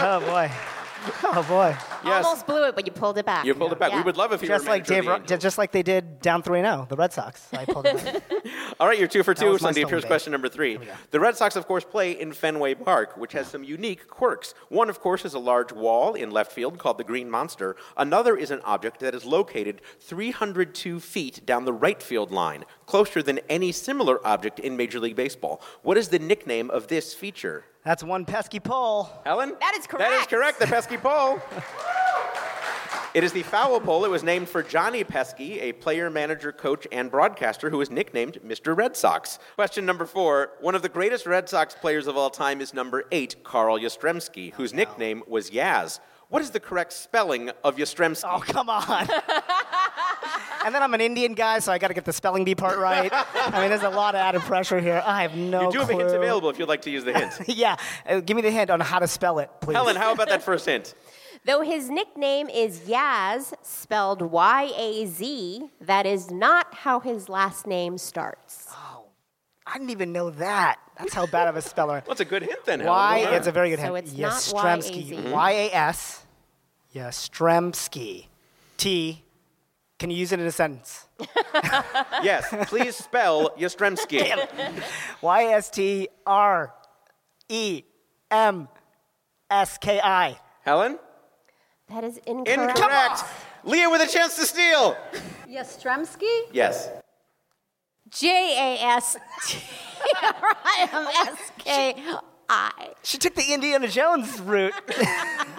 Speaker 3: oh boy Oh boy.
Speaker 2: Yes.
Speaker 1: Almost blew it, but you pulled it back.
Speaker 2: You pulled it back. We
Speaker 1: Yeah.
Speaker 2: would love if you
Speaker 3: Just
Speaker 2: were
Speaker 3: like
Speaker 2: manager of
Speaker 3: Dave,
Speaker 2: the
Speaker 3: Ro-
Speaker 2: Angels.
Speaker 3: just like they did down 3-0, the Red Sox. I pulled it. back.
Speaker 2: All right, you're two for two,
Speaker 3: was my
Speaker 2: Sunday.
Speaker 3: stumble
Speaker 2: Here's
Speaker 3: day.
Speaker 2: question number three. The Red Sox, of course, play in Fenway Park, which has some unique quirks. One, of course, is a large wall in left field called the Green Monster. Another is an object that is located 302 feet down the right field line, closer than any similar object in Major League Baseball. What is the nickname of this feature?
Speaker 3: That's one pesky pole.
Speaker 2: Helen?
Speaker 1: That is
Speaker 2: That is
Speaker 1: correct.
Speaker 2: correct, the pesky pole. It is the foul pole. It was named for Johnny Pesky, a player, manager, coach, and broadcaster who was nicknamed Mr. Red Sox. Question number four. One of the greatest Red Sox players of all time is number eight, Carl Yastrzemski, whose nickname was Yaz. What is the correct spelling of Yastrzemski?
Speaker 3: Oh, come on. and then I'm an Indian guy, so I got to get the spelling bee part right. I mean, there's a lot of added pressure here. I have no
Speaker 2: you do have a hint
Speaker 3: clue.
Speaker 2: available if you'd like to use the hint.
Speaker 3: Yeah, uh, give me the hint on how to spell it, please.
Speaker 2: Helen, how about that first hint?
Speaker 1: Though his nickname is Yaz, spelled Y A Z, that is not how his last name starts.
Speaker 3: I didn't even know that. That's how bad of a speller.
Speaker 2: What's a good hint then, Helen?
Speaker 3: Why?
Speaker 2: Well done.
Speaker 3: It's a very good
Speaker 1: So
Speaker 3: hint.
Speaker 1: it's not
Speaker 3: Yastremski.
Speaker 1: Y-A-Z.
Speaker 3: Y A S. Yastremski. T. Can you use it in a sentence?
Speaker 2: yes, please spell Yastrzemski.
Speaker 3: Y S T R E M S K I.
Speaker 2: Helen?
Speaker 1: That is incorrect.
Speaker 2: Incorrect. Leah with a chance to steal.
Speaker 4: Yastrzemski?
Speaker 2: Yes.
Speaker 4: J A S T R I M S K I.
Speaker 3: She took the Indiana Jones route.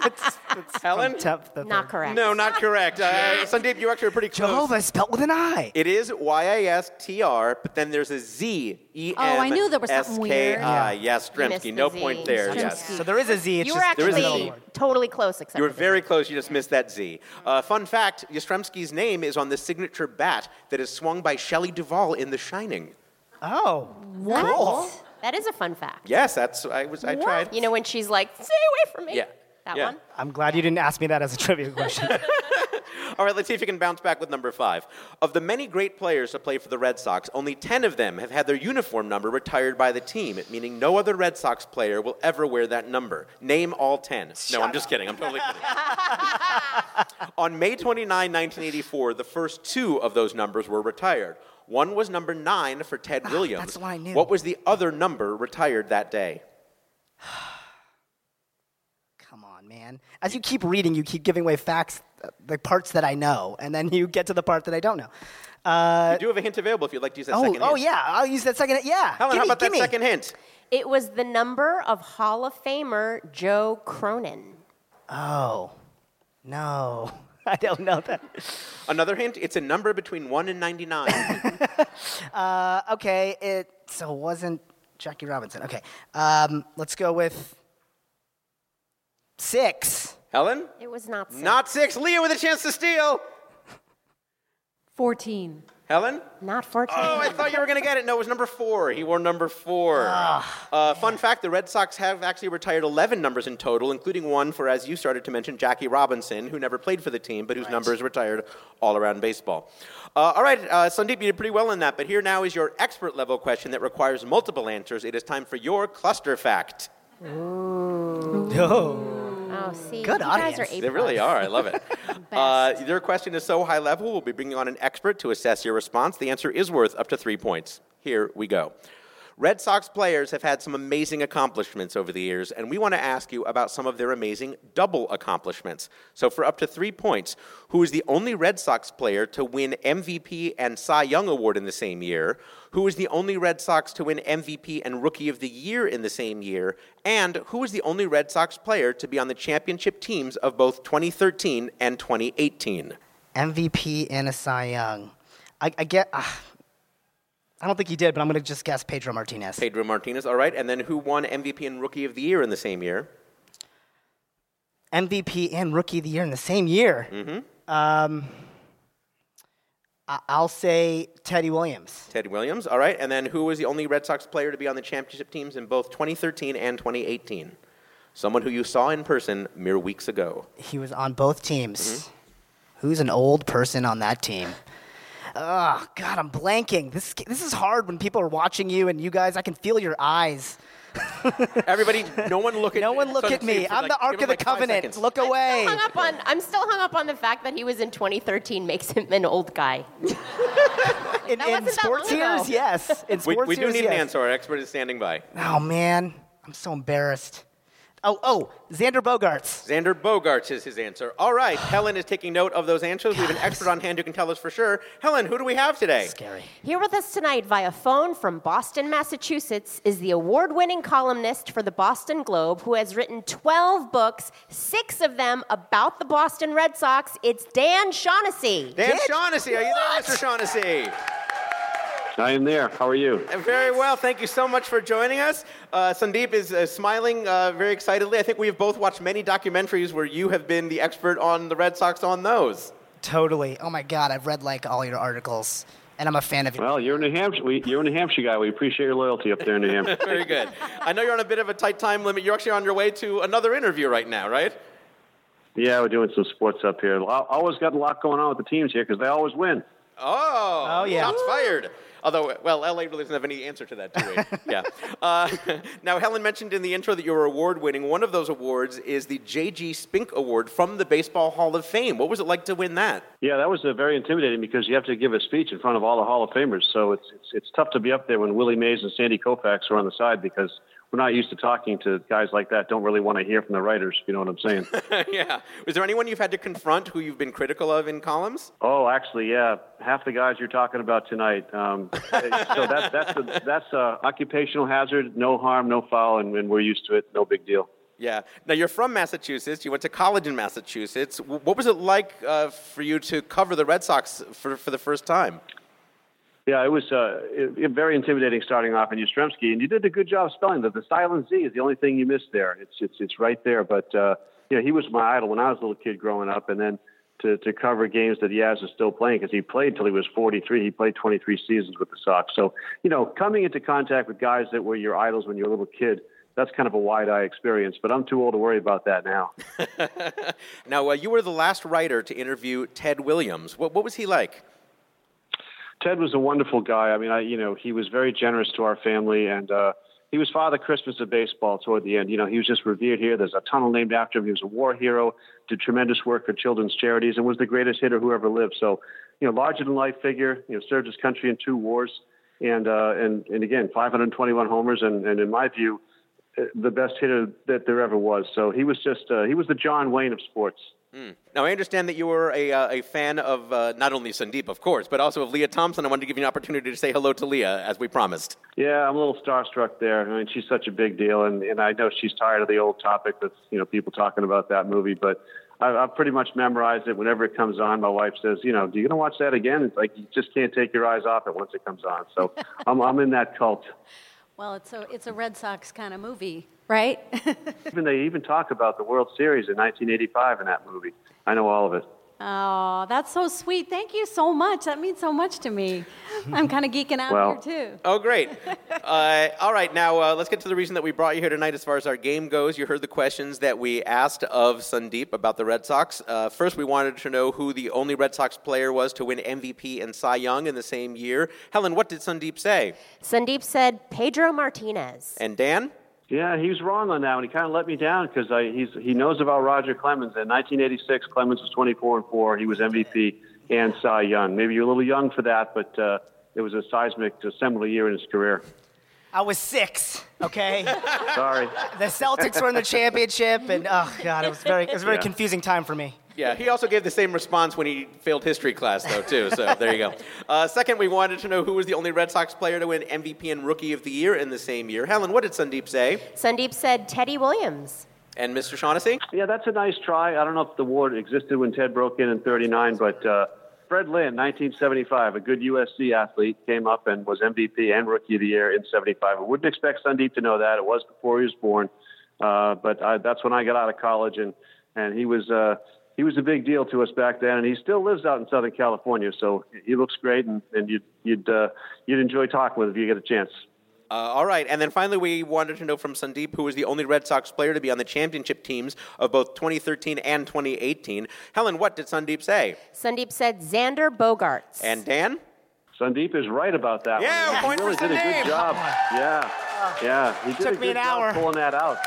Speaker 2: Helen?
Speaker 3: Temp- the
Speaker 1: Not
Speaker 3: third.
Speaker 1: correct.
Speaker 2: No, not correct. Uh, Sandeep, you actually are pretty close.
Speaker 3: Jehovah is spelled with an I.
Speaker 2: It is Y A S T R, but then there's a Z E M.
Speaker 4: Oh, I knew there was something weird.
Speaker 2: S-K-I. Ah, Yes,
Speaker 1: You missed
Speaker 2: Dremsky. No
Speaker 1: the Z.
Speaker 2: point there. Yes.
Speaker 3: So there is a Z. It's
Speaker 1: You were
Speaker 3: just,
Speaker 2: there is a
Speaker 1: actually
Speaker 2: Z.
Speaker 1: totally close, except
Speaker 2: You were
Speaker 1: for the
Speaker 2: very close. You just missed that Z. Uh, fun fact Yastrzemski's name is on the signature bat that is swung by Shelley Duvall in The Shining.
Speaker 3: Oh,
Speaker 1: Z.
Speaker 3: cool.
Speaker 1: That is a fun fact.
Speaker 2: Yes, that's I was I tried.
Speaker 1: You know when she's like, "Stay away from me."
Speaker 2: Yeah.
Speaker 1: That
Speaker 2: Yeah.
Speaker 1: one.
Speaker 3: I'm glad you didn't ask me that as a trivia question.
Speaker 2: All right, let's see if you can bounce back with number five. Of the many great players to play for the Red Sox, only 10 of them have had their uniform number retired by the team, meaning no other Red Sox player will ever wear that number. Name all 10. no, I'm just kidding. I'm totally kidding. On May 29, 1984, the first two of those numbers were retired. One was number nine for Ted Williams.
Speaker 3: Ah, that's the one I knew.
Speaker 2: What was the other number retired that day?
Speaker 3: Come on, man. As you keep reading, you keep giving away facts, uh, the parts that I know, and then you get to the part that I don't know. Uh,
Speaker 2: you do have a hint available if you'd like to use that
Speaker 3: oh,
Speaker 2: second
Speaker 3: oh
Speaker 2: hint.
Speaker 3: yeah. I'll use that second. Yeah.
Speaker 2: Helen,
Speaker 3: give
Speaker 2: how
Speaker 3: me,
Speaker 2: about
Speaker 3: give
Speaker 2: that
Speaker 3: me.
Speaker 2: second hint?
Speaker 1: It was the number of Hall of Famer Joe Cronin.
Speaker 3: Oh, no. I don't know that.
Speaker 2: Another hint, it's a number between 1 and 99.
Speaker 3: Uh, okay. It so it wasn't Jackie Robinson. Okay. Um, let's go with six.
Speaker 2: Helen?
Speaker 1: It was not. Six.
Speaker 2: Not six. Leah with a chance to steal.
Speaker 4: 14.
Speaker 2: Helen?
Speaker 1: Not fourteen.
Speaker 2: Oh, I thought you were going to get it. No, it was number four. He wore number four. uh, fun fact the Red Sox have actually retired 11 numbers in total, including one for, as you started to mention, Jackie Robinson, who never played for the team, but whose number is retired all around baseball. Uh, all right, uh, Sandeep, you did pretty well in that, but here now is your expert level question that requires multiple answers. It is time for your cluster fact.
Speaker 3: No.
Speaker 1: Oh, see,
Speaker 3: Good
Speaker 1: you guys
Speaker 3: audience.
Speaker 1: are A
Speaker 2: They really
Speaker 1: plus.
Speaker 2: are. I love it. uh, their question is so high level, we'll be bringing on an expert to assess your response. The answer is worth up to three points. Here we go. Red Sox players have had some amazing accomplishments over the years, and we want to ask you about some of their amazing double accomplishments. So, for up to three points, who is the only Red Sox player to win MVP and Cy Young Award in the same year? Who is the only Red Sox to win MVP and Rookie of the Year in the same year? And who is the only Red Sox player to be on the championship teams of both 2013 and 2018?
Speaker 3: MVP and a Cy Young. I, I get. ah. I don't think he did, but I'm gonna just guess Pedro Martinez.
Speaker 2: Pedro Martinez, all right. And then who won MVP and Rookie of the Year in the same year?
Speaker 3: MVP and Rookie of the Year in the same year. Mm-hmm. Um, I- I'll say Teddy Williams.
Speaker 2: Ted Williams, all right. And then who was the only Red Sox player to be on the championship teams in both 2013 and 2018? Someone who you saw in person mere weeks ago.
Speaker 3: He was on both teams.
Speaker 2: Mm-hmm.
Speaker 3: Who's an old person on that team? Oh God, I'm blanking. This this is hard when people are watching you and you guys. I can feel your eyes.
Speaker 2: Everybody, no one look at
Speaker 8: No one look
Speaker 2: Sun
Speaker 8: at me.
Speaker 2: Tzu for,
Speaker 8: I'm
Speaker 2: like,
Speaker 8: the Ark of
Speaker 2: give him,
Speaker 8: the
Speaker 2: like, five
Speaker 8: Covenant.
Speaker 2: seconds.
Speaker 8: Look away.
Speaker 1: Hung up on, I'm still hung up on the fact that he was in 2013 makes him an old guy.
Speaker 8: In,
Speaker 1: That
Speaker 8: in
Speaker 1: wasn't that
Speaker 8: sports
Speaker 1: long ago.
Speaker 8: years, yes. In
Speaker 2: We,
Speaker 8: sports
Speaker 2: we do
Speaker 8: years,
Speaker 2: need
Speaker 8: yes.
Speaker 2: an answer. Our expert is standing by.
Speaker 8: Oh man, I'm so embarrassed. Oh oh, Xander Bogarts.
Speaker 2: Xander Bogarts is his answer. All right, Helen is taking note of those answers. We have an expert on hand who can tell us for sure. Helen, who do we have today?
Speaker 8: Scary.
Speaker 1: Here with us tonight via phone from Boston, Massachusetts, is the award winning columnist for the Boston Globe who has written 12 books, six of them about the Boston Red Sox. It's Dan Shaughnessy.
Speaker 2: Dan Shaughnessy, are you there, Mr. Shaughnessy? Uh,
Speaker 9: I am there. How are you?
Speaker 2: Very well. Thank you so much for joining us. Uh, Sandeep is uh, smiling uh, very excitedly. I think we have both watched many documentaries where you have been the expert on the Red Sox on those.
Speaker 8: Totally. Oh my god, I've read like all your articles, and I'm a fan of your.
Speaker 9: Well, you're a New Hampshire. We, you're a New Hampshire guy. We appreciate your loyalty up there in New Hampshire.
Speaker 2: Very good. I know you're on a bit of a tight time limit. You're actually on your way to another interview right now, right?
Speaker 9: yeah, we're doing some sports up here. Al- Always got a lot going on with the teams here because they always win.
Speaker 2: Oh,
Speaker 8: Oh, yeah.
Speaker 2: shots fired. Although, well, LA really doesn't have any answer to that, do we? yeah. Uh, now, Helen mentioned in the intro that you were award winning. One of those awards is the J.G. Spink Award from the Baseball Hall of Fame. What was it like to win that?
Speaker 9: Yeah, that was uh, very intimidating because you have to give a speech in front of all the Hall of Famers. So it's, it's it's tough to be up there when Willie Mays and Sandy Koufax are on the side because we're not used to talking to guys like that. Don't really want to hear from the writers. You know what I'm saying?
Speaker 2: yeah. Was there anyone you've had to confront who you've been critical of in columns?
Speaker 9: Oh, actually, yeah. Half the guys you're talking about tonight. Um, so that, that's a, that's a occupational hazard. No harm, no foul, and, and we're used to it. No big deal.
Speaker 2: Yeah. Now, you're from Massachusetts. You went to college in Massachusetts. W- What was it like uh, for you to cover the Red Sox for, for the first time?
Speaker 9: Yeah, it was uh, it, it, very intimidating starting off in Yastrzemski, and you did a good job spelling that. The silent Z is the only thing you missed there. It's it's it's right there. But uh, you know, he was my idol when I was a little kid growing up, and then to to cover games that Yaz is still playing because he played till he was 43. He played 23 seasons with the Sox. So you know, coming into contact with guys that were your idols when you were a little kid. That's kind of a wide eye experience, but I'm too old to worry about that now.
Speaker 2: Now, uh, you were the last writer to interview Ted Williams. What, what was he like?
Speaker 9: Ted was a wonderful guy. I mean, I, you know, he was very generous to our family, and uh, he was Father Christmas of baseball toward the end. You know, he was just revered here. There's a tunnel named after him. He was a war hero, did tremendous work for children's charities, and was the greatest hitter who ever lived. So, you know, larger than life figure. You know, served his country in two wars, and uh, and and again, 521 homers, and and in my view, uh, the best hitter that there ever was. So he was just uh, he was the John Wayne of sports.
Speaker 2: Now, I understand that you were a, uh, a fan of uh, not only Sandeep, of course, but also of Leah Thompson. I wanted to give you an opportunity to say hello to Leah, as we promised.
Speaker 9: Yeah, I'm a little starstruck there. I mean, she's such a big deal, and, and I know she's tired of the old topic that's you know people talking about that movie. But I, I've pretty much memorized it. Whenever it comes on, my wife says, "You know, do you gonna watch that again?" It's like you just can't take your eyes off it once it comes on. So I'm I'm in that cult.
Speaker 4: Well, it's a, it's a Red Sox kind of movie, right?
Speaker 9: Even they even talk about the World Series in 1985 in that movie. I know all of it.
Speaker 4: oh, that's so sweet. Thank you so much. That means so much to me. I'm kind of geeking out
Speaker 9: Well-
Speaker 4: here, too.
Speaker 2: Oh, great. uh, all right, now uh, let's get to the reason that we brought you here tonight as far as our game goes. You heard the questions that we asked of Sandeep about the Red Sox. Uh, first, we wanted to know who the only Red Sox player was to win MVP and Cy Young in the same year. Helen, what did Sandeep say?
Speaker 1: Sandeep said Pedro Martinez.
Speaker 2: And Dan?
Speaker 9: Yeah, he was wrong on that one. He kind of let me down because he's he knows about Roger Clemens. In 1986, Clemens was 24 and four. He was MVP and Cy Young. Maybe you're a little young for that, but uh, it was a seismic, seminal year in his career.
Speaker 8: I was six. Okay,
Speaker 9: Sorry.
Speaker 8: the Celtics were in the championship, and oh god, it was very it was a very
Speaker 9: Yeah.
Speaker 8: confusing time for me.
Speaker 2: Yeah, he also gave the same response when he failed history class, though, too. So there you go. Uh, second, we wanted to know who was the only Red Sox player to win MVP and Rookie of the Year in the same year. Helen, what did Sandeep say?
Speaker 1: Sandeep said Teddy Williams.
Speaker 2: And Mr. Shaughnessy?
Speaker 9: Yeah, that's a nice try. I don't know if the award existed when Ted broke in in '39, but uh, Fred Lynn, 1975, a good USC athlete, came up and was MVP and Rookie of the Year in '75. I wouldn't expect Sundeep to know that. It was before he was born, uh, but I, that's when I got out of college, and and he was uh, he was a big deal to us back then, and he still lives out in Southern California. So he looks great, and, and you'd you'd uh, you'd enjoy talking with him if you get a chance.
Speaker 2: Uh, all right. And then finally, we wanted to know from Sandeep who was the only Red Sox player to be on the championship teams of both 2013 and 2018. Helen, what did Sandeep say?
Speaker 1: Sandeep said Xander Bogarts.
Speaker 2: And Dan?
Speaker 9: Sandeep is right about that.
Speaker 2: Yeah,
Speaker 9: one.
Speaker 2: point
Speaker 9: he really
Speaker 2: for
Speaker 9: did a
Speaker 2: Sandeep.
Speaker 9: good job. Yeah. Yeah, he did
Speaker 3: Took
Speaker 9: a
Speaker 3: me
Speaker 9: good
Speaker 3: an
Speaker 9: job
Speaker 3: hour.
Speaker 9: pulling that out.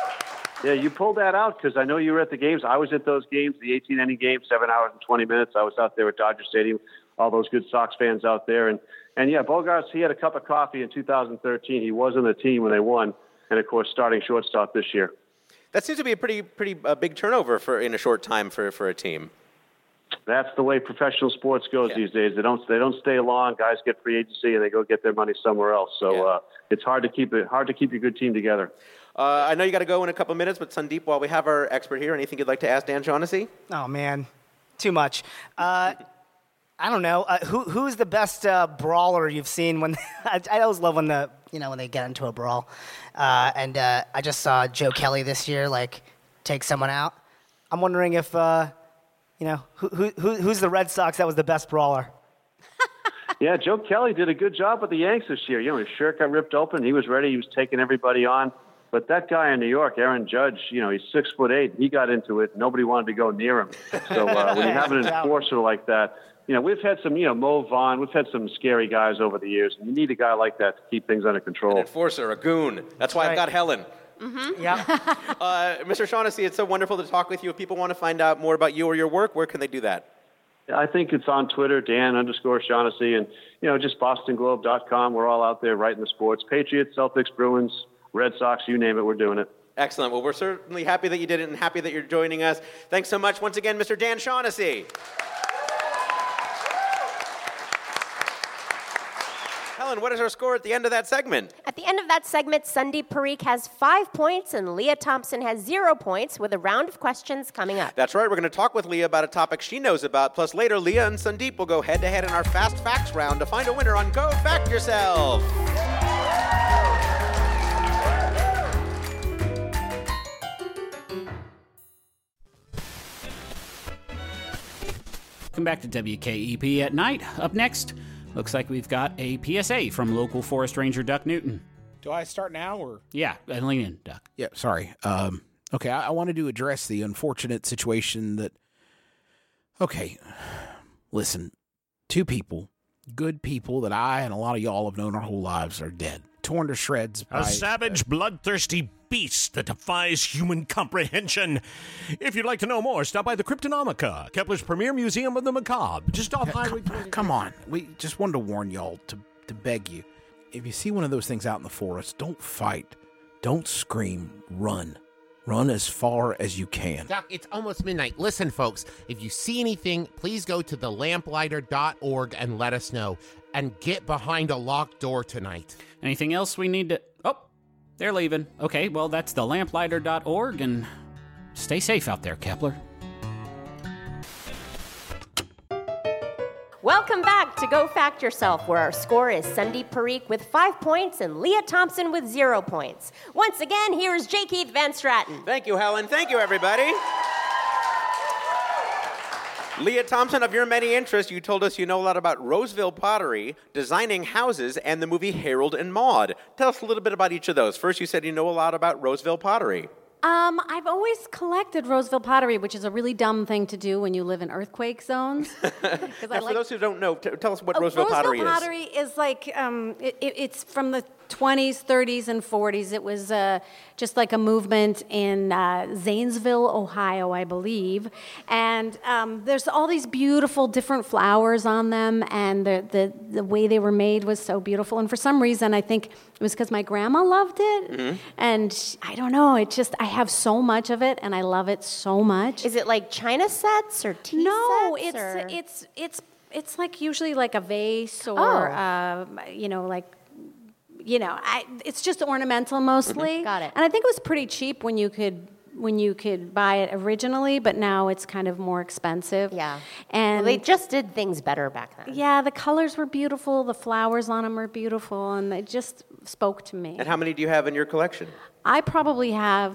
Speaker 9: Yeah, you pulled that out because I know you were at the games. I was at those games, the 18 inning game, seven hours and 20 minutes. I was out there at Dodger Stadium, all those good Sox fans out there, and and yeah, Bogarts. He had a cup of coffee in 2013. He was on the team when they won, and of course, starting shortstop this year.
Speaker 2: That seems to be a pretty pretty uh, big turnover for in a short time for, for a team.
Speaker 9: That's the way professional sports goes
Speaker 2: Yeah.
Speaker 9: these days. They don't they don't stay long. Guys get free agency and they go get their money somewhere else. So
Speaker 2: Yeah.
Speaker 9: uh, it's hard to keep it hard to keep your good team together.
Speaker 2: Uh, I know you got to go in a couple minutes, but Sandeep, while we have our expert here, anything you'd like to ask Dan Shaughnessy?
Speaker 3: Oh man, too much. Uh, I don't know. Uh, who who's the best uh, brawler you've seen? When I, I always love when the you know when they get into a brawl. Uh, and uh, I just saw Joe Kelly this year like take someone out. I'm wondering if uh, you know who, who who who's the Red Sox that was the best brawler.
Speaker 9: Yeah, Joe Kelly did a good job with the Yanks this year. You know, his shirt got ripped open. He was ready. He was taking everybody on. But that guy in New York, Aaron Judge, you know, he's six foot eight. He got into it. Nobody wanted to go near him. So uh, when you have an enforcer like that, you know, we've had some, you know, Mo Vaughn, we've had some scary guys over the years. And you need a guy like that to keep things under control.
Speaker 2: Enforcer, a goon. That's why I've
Speaker 3: right.
Speaker 2: got Helen.
Speaker 3: Yeah.
Speaker 2: Uh, Mr. Shaughnessy, it's so wonderful to talk with you. If people want to find out more about you or your work, where can they do that?
Speaker 9: I think it's on Twitter, Dan underscore Shaughnessy, and you know, just BostonGlobe.com. We're all out there writing the sports: Patriots, Celtics, Bruins, Red Sox, you name it, we're doing it.
Speaker 2: Excellent. Well, we're certainly happy that you did it and happy that you're joining us. Thanks so much once again, Mr. Dan Shaughnessy. Helen, what is our score at the end of that segment?
Speaker 1: At the end of that segment, Sandeep Parikh has five points and Leah Thompson has zero points with a round of questions coming up.
Speaker 2: That's right, we're going to talk with Leah about a topic she knows about. Plus, later, Leah and Sandeep will go head to head in our Fast Facts round to find a winner on Go Fact Yourself.
Speaker 10: Welcome back to WKEP at night. Up next, looks like we've got a PSA from local forest ranger Duck Newton.
Speaker 11: Do I start now or?
Speaker 10: Yeah, and lean in, Duck.
Speaker 11: Yeah, sorry. Um, okay, I, I wanted to address the unfortunate situation that. Okay, listen, two people, good people that I and a lot of y'all have known our whole lives are dead, torn to shreds. By,
Speaker 12: A savage, bloodthirsty beast that defies human comprehension. If you'd like to know more, stop by the Cryptonomica, Kepler's premier museum of the macabre, just off Highway.
Speaker 11: come, come on, we just wanted to warn y'all to to beg you, if you see one of those things out in the forest, don't fight, don't scream, run, run as far as you can.
Speaker 7: Doc, it's almost midnight. Listen, folks, if you see anything, please go to thelamplighter.org and let us know. And get behind a locked door tonight.
Speaker 10: Anything else we need to. Oh, they're leaving. Okay, well, that's thelamplighter.org, and stay safe out there, Kepler.
Speaker 1: Welcome back to Go Fact Yourself, where our score is Sandeep Parikh with five points and Leah Thompson with zero points. Once again, here's J. Keith Van Straten.
Speaker 2: Thank you, Helen. Thank you, everybody. Leah Thompson, of your many interests, you told us you know a lot about Roseville pottery, designing houses, and the movie Harold and Maude. Tell us a little bit about each of those. First, you said you know a lot about Roseville pottery.
Speaker 4: Um, I've always collected Roseville pottery, which is a really dumb thing to do when you live in earthquake zones. 'Cause I
Speaker 2: Now, for
Speaker 4: like-
Speaker 2: those who don't know, t- tell us what
Speaker 4: Uh,
Speaker 1: Oh,
Speaker 2: Roseville, pottery, is.
Speaker 4: pottery is like um, it, it- it's from the 20s, 30s, and 40s. It was uh, just like a movement in uh, Zanesville, Ohio, I believe. And um, there's all these beautiful different flowers on them, and the, the the way they were made was so beautiful. And for some reason, I think it was because my grandma loved it,
Speaker 2: Mm-hmm.
Speaker 4: and sh- I don't know. It just I have so much of it, and I love it so much.
Speaker 1: Is it like China sets or tea
Speaker 4: No,
Speaker 1: sets?
Speaker 4: it's
Speaker 1: or-
Speaker 4: it's it's it's like usually like a vase or
Speaker 1: Oh.
Speaker 4: um, you know like you know I, it's just ornamental mostly.
Speaker 1: Mm-hmm. Got it.
Speaker 4: And I think it was pretty cheap when you could when you could buy it originally, but now it's kind of more expensive.
Speaker 1: Yeah.
Speaker 4: And
Speaker 1: Well, they just did things better back then.
Speaker 4: yeah, the colors were beautiful. The flowers on them are beautiful, and they just spoke to me.
Speaker 2: And how many do you have in your collection?
Speaker 4: I probably have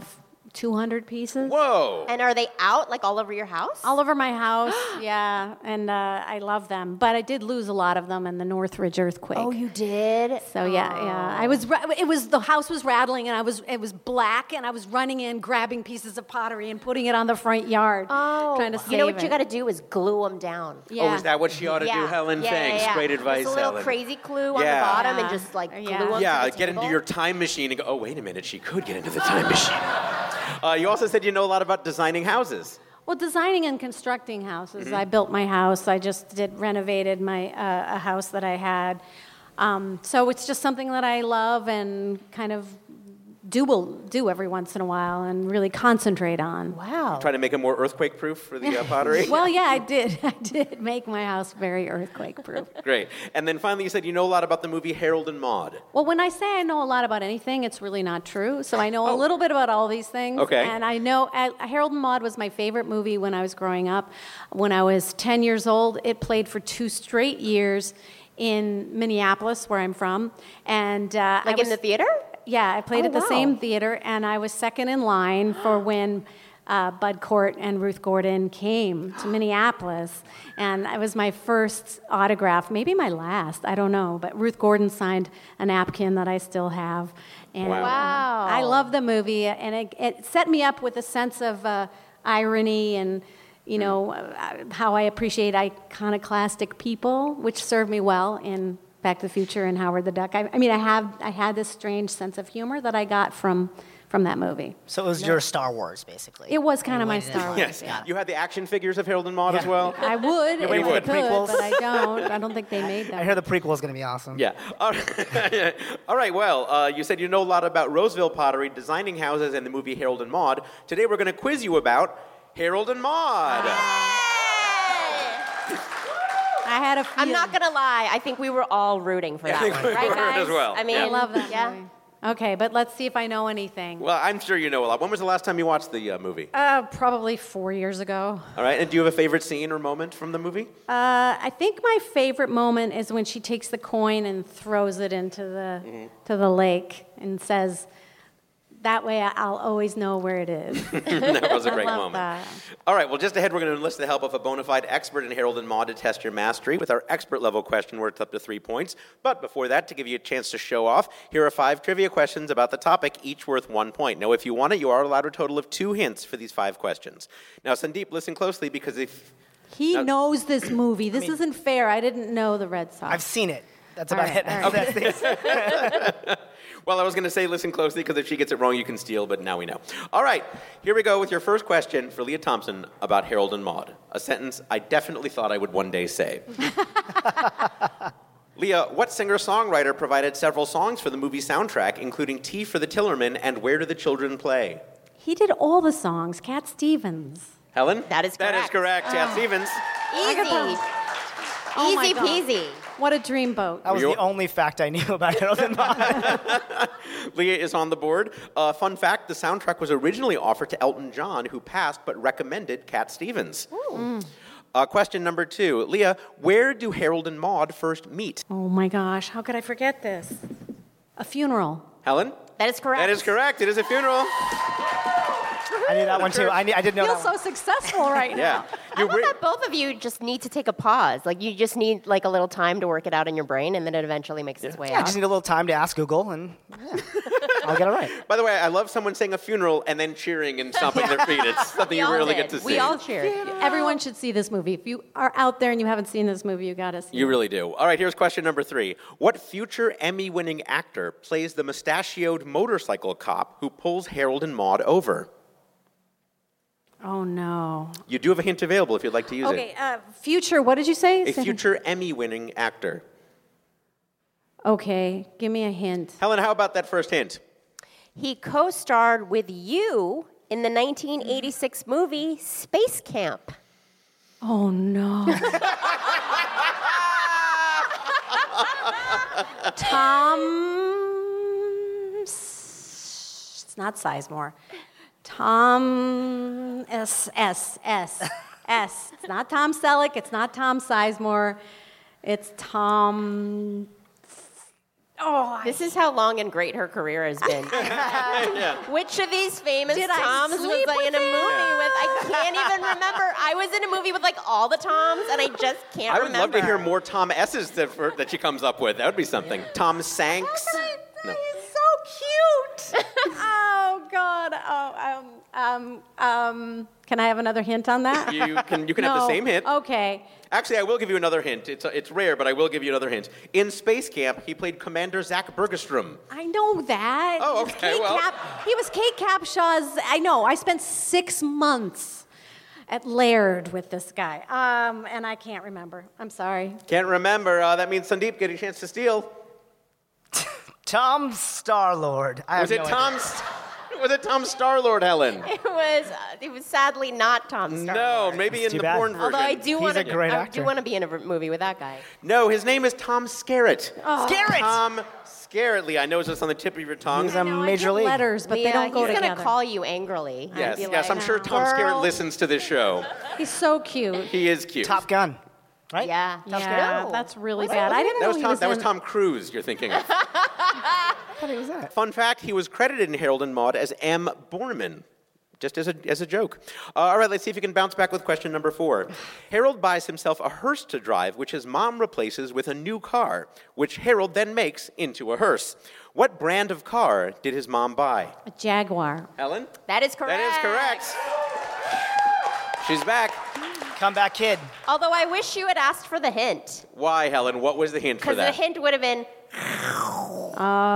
Speaker 4: 200 pieces.
Speaker 2: Whoa.
Speaker 4: And are they out like all over your house? All over my house, yeah. And uh, I love them, but I did lose a lot of them in the Northridge earthquake. Oh,
Speaker 1: you Oh. did?
Speaker 4: So yeah, yeah. I was. ra- It was the house was rattling, and I was. It was black, and I was running in, grabbing pieces of pottery and putting it on the front yard. Oh, trying to save
Speaker 1: you know what you
Speaker 4: it.
Speaker 1: got to do is glue them down.
Speaker 2: Oh, is that what she ought to do,
Speaker 1: Yeah.
Speaker 2: Helen?
Speaker 1: Yeah,
Speaker 2: Thanks.
Speaker 1: yeah, yeah.
Speaker 2: Great advice,
Speaker 1: Just a little
Speaker 2: Helen.
Speaker 1: crazy glue on
Speaker 2: Yeah.
Speaker 1: the bottom and
Speaker 4: Yeah.
Speaker 1: just like glue
Speaker 4: Yeah.
Speaker 1: them.
Speaker 2: yeah,
Speaker 1: to the
Speaker 2: get into
Speaker 1: table.
Speaker 2: your time machine and go, oh, wait a minute, she could get into the time machine. Uh, you also said you know a lot about designing houses.
Speaker 4: Well, designing and constructing houses.
Speaker 2: Mhm.
Speaker 4: I built my house. I just did renovated my uh, a house that I had. Um, so it's just something that I love and kind of do will do every once in a while and really concentrate on.
Speaker 1: Wow.
Speaker 2: Try to make it more earthquake proof for the uh, pottery.
Speaker 4: well, yeah, I did. I did make my house very earthquake proof.
Speaker 2: Great. And then finally, you said you know a lot about the movie Harold and Maude.
Speaker 4: Well, when I say I know a lot about anything, it's really not true. So I
Speaker 1: Oh.
Speaker 4: know a little bit about all these things.
Speaker 2: Okay.
Speaker 4: And I know I, Harold and Maude was my favorite movie when I was growing up. When I was 10 years old, it played for two straight years in Minneapolis, where I'm from. And uh, I
Speaker 1: Like
Speaker 4: was-
Speaker 1: in the theater?
Speaker 4: Yeah, I played
Speaker 1: Oh,
Speaker 4: at the
Speaker 1: wow.
Speaker 4: same theater, and I was second in line for when. Uh, Bud Cort and Ruth Gordon came to Minneapolis, and it was my first autograph, maybe my last, I don't know. But Ruth Gordon signed a napkin that I still have. And
Speaker 1: Wow. Wow.
Speaker 4: I love the movie, and it, it set me up with a sense of uh, irony and, you know, uh, how I appreciate iconoclastic people, which served me well in Back to the Future and Howard the Duck. I, I mean, I have I had this strange sense of humor that I got from from that movie.
Speaker 3: So it was your Star Wars, basically.
Speaker 4: It was kind of my
Speaker 3: went in
Speaker 4: Star Wars.
Speaker 2: Yes. You had the action figures of Harold and Maude as well?
Speaker 4: I would
Speaker 2: You
Speaker 4: if
Speaker 2: would.
Speaker 4: I could,
Speaker 2: Prequels.
Speaker 4: but I don't. I don't think they made
Speaker 3: I
Speaker 4: them.
Speaker 3: hear the prequel is going to be awesome.
Speaker 2: Yeah. All right. All right, well, uh, you said you know a lot about Roseville pottery, designing houses, and the movie Harold and Maude. Today we're going to quiz you about Harold and Maude.
Speaker 4: I had a.
Speaker 1: I'm not gonna lie. I think we were all rooting for
Speaker 2: I
Speaker 1: that
Speaker 2: think
Speaker 1: one,
Speaker 2: we
Speaker 1: right,
Speaker 2: were
Speaker 1: guys?
Speaker 2: as well.
Speaker 1: I mean,
Speaker 2: Yeah. I love
Speaker 4: that
Speaker 1: Yeah.
Speaker 4: Okay, but let's see if I know anything.
Speaker 2: Well, I'm sure you know a lot. When was the last time you watched the uh, movie?
Speaker 4: Uh, probably four years ago.
Speaker 2: All right, and do you have a favorite scene or moment from the movie?
Speaker 4: Uh, I think my favorite moment is when she takes the coin and throws it into the
Speaker 2: Mhm.
Speaker 4: to the lake and says, "That way, I- I'll always know where it is."
Speaker 2: That was a
Speaker 4: I
Speaker 2: great
Speaker 4: love
Speaker 2: moment.
Speaker 4: that.
Speaker 2: All right, well, just ahead, we're going to enlist the help of a bona fide expert in Harold and Maude to test your mastery with our expert level question worth up to three points. But before that, to give you a chance to show off, here are five trivia questions about the topic, each worth one point. Now, if you want it, you are allowed a total of two hints for these five questions. Now, Sandeep, listen closely because if.
Speaker 4: He
Speaker 2: Now-
Speaker 4: knows this movie. This isn't fair. I didn't know the Red Sox. I've
Speaker 3: seen it. That's
Speaker 4: about it.
Speaker 2: Well, I was going to say listen closely because if she gets it wrong, you can steal, but now we know. All right, here we go with your first question for Leah Thompson about Harold and Maude, a sentence I definitely thought I would one day say. Leah, what singer songwriter provided several songs for the movie soundtrack, including Tea for the Tillerman and Where Do the Children Play?
Speaker 4: He did all the songs. Cat Stevens.
Speaker 2: Helen? That is That is correct, Ah. Chad
Speaker 4: Oh.
Speaker 2: Stevens.
Speaker 4: Easy. Oh
Speaker 1: Easy peasy.
Speaker 4: What a dreamboat.
Speaker 3: That was
Speaker 2: Were you-
Speaker 3: the only fact I knew about Harold and Maude.
Speaker 2: Leah is on the board. Uh, fun fact the soundtrack was originally offered to Elton John, who passed but recommended Cat Stevens. Uh, question number two Leah, where do Harold and Maude first meet?
Speaker 4: Oh my gosh, how could I forget this? A funeral.
Speaker 2: Helen?
Speaker 1: That is correct.
Speaker 2: That is correct. It is a funeral.
Speaker 3: I knew that one too. I, knew, I did know that one.
Speaker 4: successful right
Speaker 2: Yeah.
Speaker 1: I love that both of you just need to take a pause. Like you just need like a little time to work it out in your brain, and then it eventually makes its way
Speaker 3: Yeah, I
Speaker 1: out.
Speaker 3: just need a little time to ask Google, and yeah, I'll get it right.
Speaker 2: By the way, I love someone saying a funeral and then cheering and stomping their feet. It's something you rarely get to see.
Speaker 4: Everyone should see this movie. If you are out there and you haven't seen this movie, you gotta see.
Speaker 2: You really do. All right, here's question number three. What future Emmy winning actor plays the mustachioed motorcycle cop who pulls Harold and Maude over?
Speaker 4: it. Oh no.
Speaker 2: You do have a hint available if you'd like to use
Speaker 4: Okay, uh, future. What did you say?
Speaker 2: it. A
Speaker 4: Say-
Speaker 2: future Emmy winning actor.
Speaker 4: Okay, give me a hint.
Speaker 2: Helen, how about that first hint?
Speaker 1: He co-starred with you in the 1986 movie Space Camp.
Speaker 4: Oh no. Tom. S- It's not Sizemore. Tom S S S S. It's not Tom Selleck. It's not Tom Sizemore. It's Tom.
Speaker 1: Oh, this is how long and great her career has been. Which of these famous
Speaker 4: Did I
Speaker 1: Toms was
Speaker 4: sleep
Speaker 1: I in a
Speaker 4: with him?
Speaker 1: movie with? I can't even remember. I was in a movie with like all the Toms, and I just can't
Speaker 2: I would
Speaker 1: remember.
Speaker 2: love to hear more Tom S's that, for, that she comes up with. That would be something. Tom Sanks. No.
Speaker 4: so cute. oh God. Oh um um um. Can I have another hint on that?
Speaker 2: You can- you can have the
Speaker 4: No. Oh.
Speaker 2: same hint.
Speaker 4: Okay.
Speaker 2: Actually, I will give you another hint. It's, it's rare, but I will give you another hint. In Space Camp, he played Commander Zach Bergstrom.
Speaker 4: I know that.
Speaker 2: Oh,
Speaker 4: He was
Speaker 2: okay,
Speaker 4: Kate
Speaker 2: well.
Speaker 4: Cap- he was Kate Capshaw's. I know. I spent six months at Laird with this guy, um, and I can't remember. I'm sorry.
Speaker 2: Can't remember. Uh, that means Sandeep getting a chance to steal.
Speaker 3: Tom Starlord. I
Speaker 2: Was
Speaker 3: have
Speaker 2: it
Speaker 3: no
Speaker 2: Tom?
Speaker 3: idea.
Speaker 2: St- was it Tom Starlord, Helen?
Speaker 1: It was. Uh, it was sadly not Tom Starlord.
Speaker 2: No, maybe in the porn version.
Speaker 1: Although I do want to. I do want to
Speaker 2: to.
Speaker 1: be in a v- movie with that guy.
Speaker 2: No, his name is Tom Skerritt.
Speaker 1: Oh. Skerritt!
Speaker 2: Tom Skerrittly. I know it's just on the tip of your tongue.
Speaker 3: He's a major league.
Speaker 4: letters, but they don't go
Speaker 1: he's
Speaker 4: together.
Speaker 1: gonna call you angrily. I'd
Speaker 2: Yes,
Speaker 1: be
Speaker 2: yes.
Speaker 1: like,
Speaker 2: I'm sure Tom
Speaker 1: "Girl."
Speaker 2: Skerritt listens to this show.
Speaker 4: He's so cute.
Speaker 2: He is cute.
Speaker 3: Top Gun.
Speaker 1: Right? Yeah.
Speaker 4: yeah,
Speaker 1: No.
Speaker 4: that's really
Speaker 1: What?
Speaker 4: bad. I didn't
Speaker 2: that
Speaker 4: know
Speaker 2: was
Speaker 4: he
Speaker 2: Tom.
Speaker 4: was
Speaker 2: that was
Speaker 4: in-
Speaker 2: Tom Cruise. You're thinking. of.
Speaker 3: What was that?
Speaker 2: Fun fact: He was credited in Harold and Maude as M. Borman, just as a as a joke. Uh, all right, let's see if you can bounce back with question number four. Harold buys himself a hearse to drive, which his mom replaces with a new car, which Harold then makes into a hearse. What brand of car did his mom buy?
Speaker 4: A jaguar.
Speaker 2: Helen.
Speaker 1: That is correct.
Speaker 2: That is correct. She's back.
Speaker 3: Come back, kid.
Speaker 1: Although I wish you had asked for the hint,
Speaker 2: Why, Helen? What was the hint for
Speaker 1: because the
Speaker 2: that?
Speaker 1: hint would have been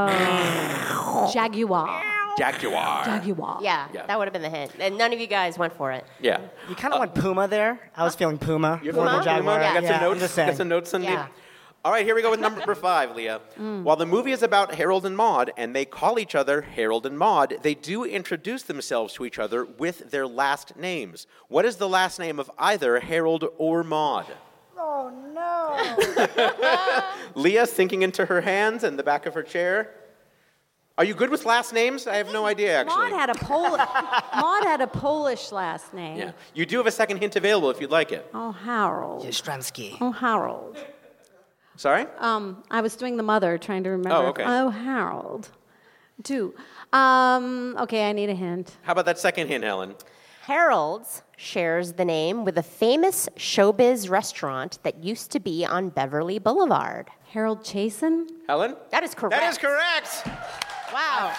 Speaker 4: Oh. jaguar.
Speaker 2: Jaguar.
Speaker 4: Jaguar.
Speaker 1: Yeah,
Speaker 2: Yeah.
Speaker 1: that would have been the hint, and none of you guys went for it.
Speaker 2: Yeah.
Speaker 3: You kind of went Puma there. I was feeling Puma.
Speaker 2: You
Speaker 3: more than
Speaker 2: have some
Speaker 3: Jaguar.
Speaker 2: notes? You Got
Speaker 3: Yeah,
Speaker 2: some
Speaker 3: I'm
Speaker 2: notes.
Speaker 3: just
Speaker 2: Got
Speaker 3: saying.
Speaker 2: some notes, Sandeep.
Speaker 1: Yeah.
Speaker 2: All right, here we go with number five, Leah. While the movie is about Harold and Maude, and they call each other Harold and Maude, they do introduce themselves to each other with their last names. What is the last name of either Harold or Maude?
Speaker 3: Oh no.
Speaker 2: Leah sinking into her hands and the back of her chair. Are you good with last names? I have no idea, actually.
Speaker 4: Maud had a Pol- Maud had a Polish last name.
Speaker 2: yeah. You do have a second hint available if you'd like it.
Speaker 4: Oh Harold.
Speaker 3: Yastrzemski.
Speaker 4: Oh Harold.
Speaker 2: Sorry?
Speaker 4: Um, I was doing the mother, trying to remember.
Speaker 2: Oh, okay.
Speaker 4: oh Harold. Do. Um, okay, I need a hint.
Speaker 2: How about that second hint, Helen?
Speaker 1: Harold's shares the name with a famous showbiz restaurant that used to be on Beverly Boulevard.
Speaker 4: Harold Chasen.
Speaker 2: Helen?
Speaker 1: That is correct.
Speaker 2: That is correct.
Speaker 1: Wow.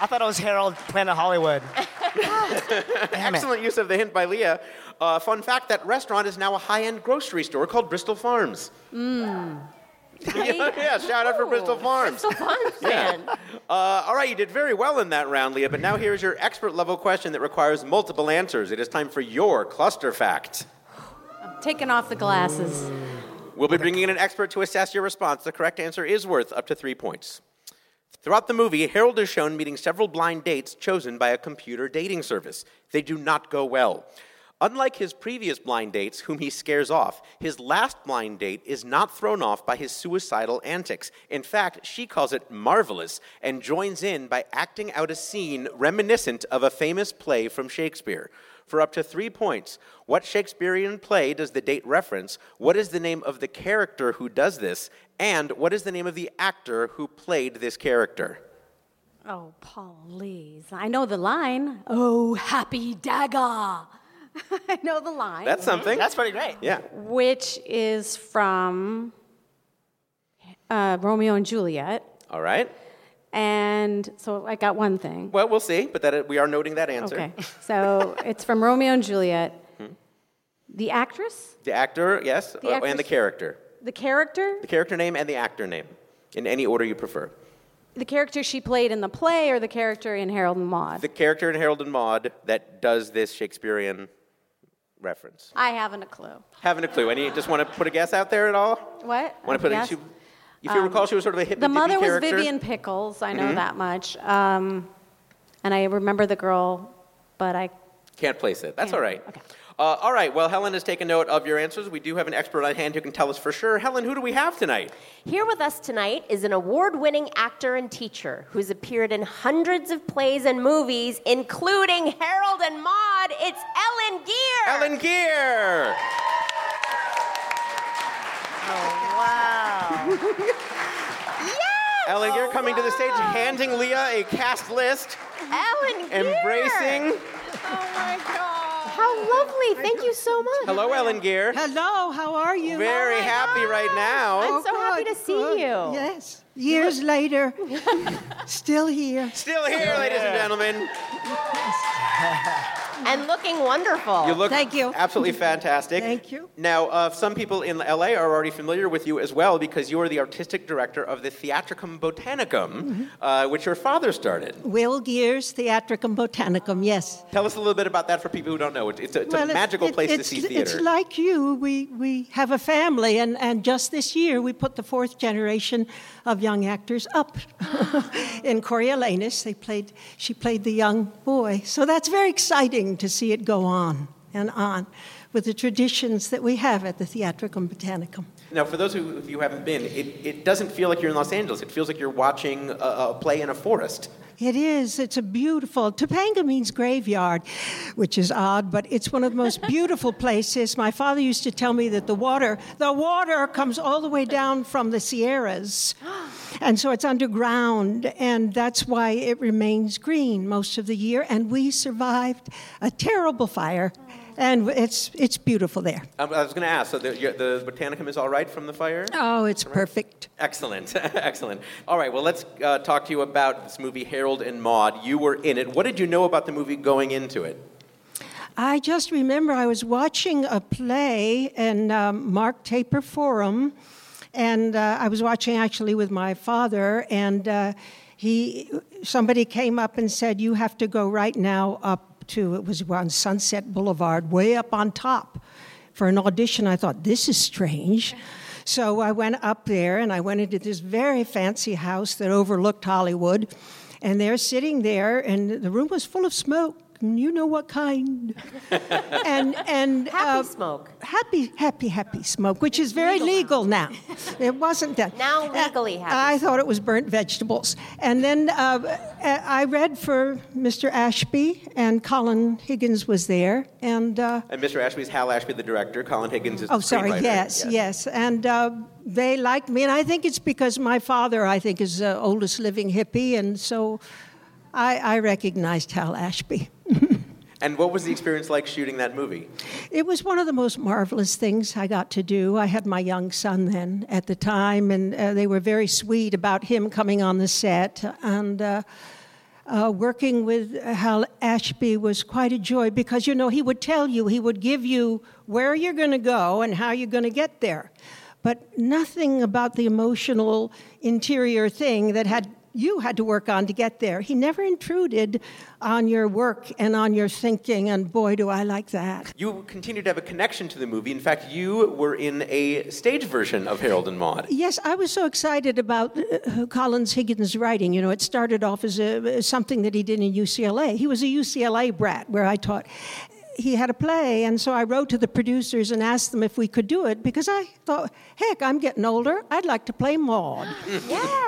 Speaker 3: I thought it was Harold Planet Hollywood. Damn it.
Speaker 2: Excellent use of the hint by Leah. Uh, fun fact that restaurant is now a high end grocery store called Bristol Farms.
Speaker 3: Hmm.
Speaker 2: yeah, shout out for
Speaker 3: Oh.
Speaker 2: Bristol Farms.
Speaker 1: So fun,
Speaker 2: Yeah.
Speaker 1: man.
Speaker 2: Uh, all right, you did very well in that round, Leah, but now here's your expert level question that requires multiple answers. It is time for your cluster fact.
Speaker 4: Taking off the glasses.
Speaker 2: We'll be bringing in an expert to assess your response. The correct answer is worth up to three points. Throughout the movie, Harold is shown meeting several blind dates chosen by a computer dating service. They do not go well. Unlike his previous blind dates, whom he scares off, his last blind date is not thrown off by his suicidal antics. In fact, she calls it marvelous and joins in by acting out a scene reminiscent of a famous play from Shakespeare. For up to three points, what Shakespearean play does the date reference? What is the name of the character who does this? And what is the name of the actor who played this character?
Speaker 4: Oh, please. I know the line. Oh, happy dagger. I know the line.
Speaker 2: That's something.
Speaker 3: That's pretty great.
Speaker 2: Yeah.
Speaker 4: which is from uh, Romeo and Juliet.
Speaker 2: All right.
Speaker 4: And so I got one thing.
Speaker 2: Well, we'll see, but that we are noting that answer.
Speaker 4: Okay. So it's from Romeo and Juliet. The actress,
Speaker 2: The actor, yes,
Speaker 4: The
Speaker 2: uh,
Speaker 4: actress-
Speaker 2: and the character.
Speaker 4: the character,
Speaker 2: The character name and the actor name in any order you prefer.
Speaker 4: the character she played in the play, or the character in Harold and Maude.
Speaker 2: The character in Harold and Maude that does this Shakespearean reference.
Speaker 4: I haven't a clue.
Speaker 2: Haven't a clue. Any just want to put a guess out there at all?
Speaker 4: What?
Speaker 2: Want to put
Speaker 4: Yes? Um,
Speaker 2: she, if you recall, she was sort of a hippie
Speaker 4: The mother was
Speaker 2: character.
Speaker 4: Vivian Pickles. I know that much. Um, and I remember the girl, but I
Speaker 2: Can't place it. That's
Speaker 4: Yeah,
Speaker 2: all right.
Speaker 4: okay.
Speaker 2: Uh, all right. Well, Helen has taken note of your answers. We do have an expert on hand who can tell us for sure. Helen, who do we have tonight?
Speaker 1: Here with us tonight is an award winning actor and teacher who's appeared in hundreds of plays and movies, including Harold and Maude. It's Ellen Gear.
Speaker 2: Ellen Gear.
Speaker 3: Wow.
Speaker 1: Yes!
Speaker 2: Ellen Gear coming to the stage, handing Leah a cast list,
Speaker 1: Ellen Gear.
Speaker 2: embracing.
Speaker 1: Oh my God. How lovely. Thank you so much.
Speaker 2: Hello, Ellen Gear.
Speaker 13: Hello, how are you? Oh,
Speaker 2: Very happy right now.
Speaker 1: I'm so happy to see you.
Speaker 13: Yes. Years later, still here.
Speaker 2: Still here, ladies and gentlemen.
Speaker 1: And looking wonderful.
Speaker 2: You look absolutely fantastic. Thank
Speaker 13: you.
Speaker 2: Now, uh, some people in LA are already familiar with you as well because you are the artistic director of the Theatricum Botanicum, uh, which your father started.
Speaker 13: Will Gears Theatricum Botanicum, yes.
Speaker 2: Tell us a little bit about that for people who don't know. It's, it's a, it's a
Speaker 13: Well, it-
Speaker 2: magical
Speaker 13: it-
Speaker 2: place to
Speaker 13: it's-
Speaker 2: see theater.
Speaker 13: It's like you. We, we have a family, and, and just this year we put the fourth generation of young actors up in Coriolanus. They played, she played the young boy. So that's very exciting to see it go on and on with the traditions that we have at the Theatricum Botanicum.
Speaker 2: Now, for those who, who haven't been, it, it doesn't feel like you're in Los Angeles. It feels like you're watching a, a play in a forest.
Speaker 13: It is. It's a beautiful. Topanga means graveyard, which is odd, but it's one of the most beautiful places. My father used to tell me that the water, the water comes all the way down from the Sierras. And so it's underground, and that's why it remains green most of the year. And we survived a terrible fire, and it's, it's beautiful there.
Speaker 2: Um, I was going to ask, so the, your- the Botanicum is all right from the fire?
Speaker 13: Oh, it's perfect.
Speaker 2: Excellent, excellent. All right, well, let's uh, talk to you about this movie, Harold and Maude. You were in it. What did you know about the movie going into it?
Speaker 13: I just remember I was watching a play in um, Mark Taper Forum, and uh, I was watching actually with my father, and uh, he somebody came up and said, "You have to go right now up to it was on Sunset Boulevard, way up on top, for an audition." I thought this is strange. So I went up there and I went into this very fancy house that overlooked Hollywood. And they're sitting there, and the room was full of smoke. and You know what kind. and and
Speaker 1: Um,
Speaker 13: happy
Speaker 1: smoke.
Speaker 13: Happy, happy, happy smoke, which is very legal, now. it wasn't then.
Speaker 1: Now legally happy.
Speaker 13: I thought it was burnt vegetables. And then uh, I read for Mr. Ashby, and Colin Higgins was there. And uh,
Speaker 2: And Mr. Ashby's Hal Ashby, the director. Colin Higgins is
Speaker 13: Oh,
Speaker 2: the
Speaker 13: sorry.
Speaker 2: screenwriter.
Speaker 13: Yes, yes, And uh, they like me, and I think it's because my father, I think, is the oldest living hippie, and so I, I recognized Hal Ashby.
Speaker 2: And what was the experience like shooting that movie?
Speaker 13: It was one of the most marvelous things I got to do. I had my young son then at the time, and uh, they were very sweet about him coming on the set. And uh, uh, working with Hal Ashby was quite a joy because, you know, he would tell you, he would give you where you're going to go and how you're going to get there, but nothing about the emotional interior thing that had. You had to work on to get there. He never intruded on your work and on your thinking, and boy, do I like that.
Speaker 2: You continued to have a connection to the movie. In fact, you were in a stage version of Harold and Maude.
Speaker 13: Yes, I was so excited about uh, Collins Higgins' writing. You know, it started off as a, uh, something that he did in UCLA. He was a UCLA brat where I taught. He had a play, and so I wrote to the producers and asked them if we could do it because I thought, heck, I'm getting older. I'd like to play Maud.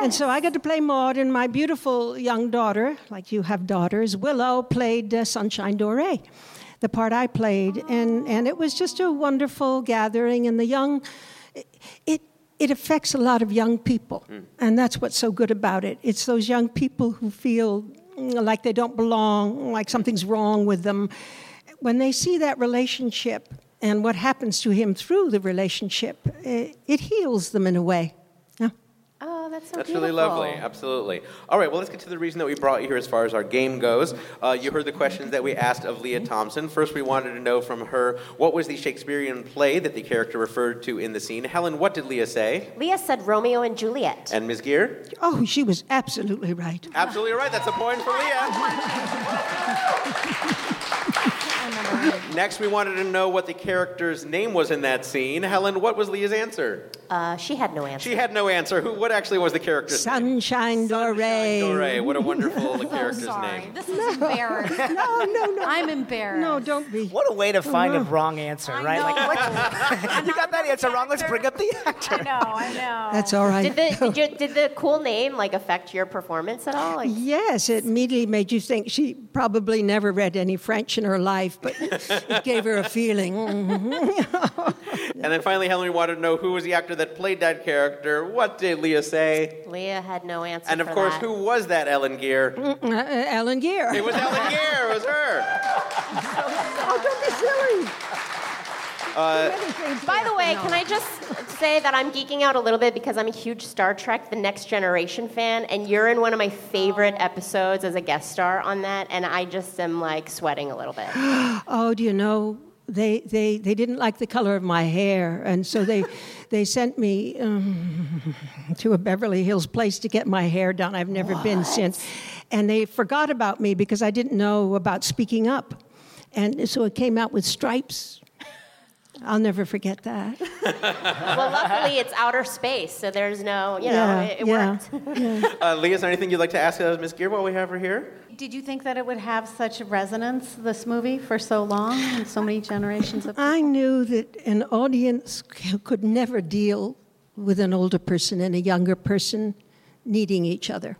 Speaker 13: And so I got to play Maud, and my beautiful young daughter, like you have daughters, Willow, played uh, Sunshine Doré the part I played, and and it was just a wonderful gathering. And the young, it it affects a lot of young people, and that's what's so good about it. It's those young people who feel mm, like they don't belong, like something's wrong with them, when they see that relationship and what happens to him through the relationship, it, it heals them in a way.
Speaker 1: Oh, that's so
Speaker 2: That's
Speaker 1: beautiful.
Speaker 2: really lovely, absolutely. All right, well, let's get to the reason that we brought you here as far as our game goes. Uh, you heard the questions that we asked of Leah Thompson. First, we wanted to know from her what was the Shakespearean play that the character referred to in the scene? Helen, what did Leah say?
Speaker 1: Leah said Romeo and Juliet.
Speaker 2: And Ms. Gear?
Speaker 13: Oh, she was absolutely right.
Speaker 2: Absolutely right. That's a point for Leah. Next, we wanted to know what the character's name was in that scene. Helen, what was Leah's answer?
Speaker 1: Uh, she had no answer.
Speaker 2: She had no answer. Who? What actually was the character's name?
Speaker 13: Sunshine Doré.
Speaker 2: Doré. What a wonderful character's
Speaker 13: Oh, sorry.
Speaker 2: name.
Speaker 4: This is embarrassing.
Speaker 13: No, no, no.
Speaker 4: I'm embarrassed.
Speaker 13: No, don't be.
Speaker 3: What a way to find a
Speaker 4: Uh-huh.
Speaker 3: wrong answer, right? Like, what? you got that answer wrong. Let's bring up the actor. I
Speaker 1: know, I know.
Speaker 13: That's all right.
Speaker 1: Did the, did, you, did the cool name like affect your performance at all? Like,
Speaker 13: Yes, it immediately made you think she probably never read any French in her life. life, but it gave her a feeling. Mm-hmm.
Speaker 2: And then finally, Helen wanted to know who was the actor that played that character. What did Leah say?
Speaker 1: Leah had no answer.
Speaker 2: And of
Speaker 1: for
Speaker 2: course,
Speaker 1: that.
Speaker 2: who was that Ellen Gear?
Speaker 13: Uh, Alan Gear.
Speaker 2: It was Ellen Gear. It was her. Uh,
Speaker 1: By the way, can I just say that I'm geeking out a little bit because I'm a huge Star Trek The Next Generation fan, and you're in one of my favorite episodes as a guest star on that, and I just am like sweating a little bit.
Speaker 13: oh, do you know? They, they, they didn't like the color of my hair, and so they, they sent me um, to a Beverly Hills place to get my hair done. I've never been since. And they forgot about me because I didn't know about speaking up. And so it came out with stripes. I'll never forget that.
Speaker 1: well, luckily it's outer space, so there's no, you know,
Speaker 13: Yeah,
Speaker 1: it, it
Speaker 13: yeah.
Speaker 1: worked.
Speaker 2: uh, Leah, is there anything you'd like to ask of Miss Gear while we have her here?
Speaker 4: Did you think that it would have such resonance, this movie, for so long and so many generations of
Speaker 13: I knew that an audience c- could never deal with an older person and a younger person needing each other.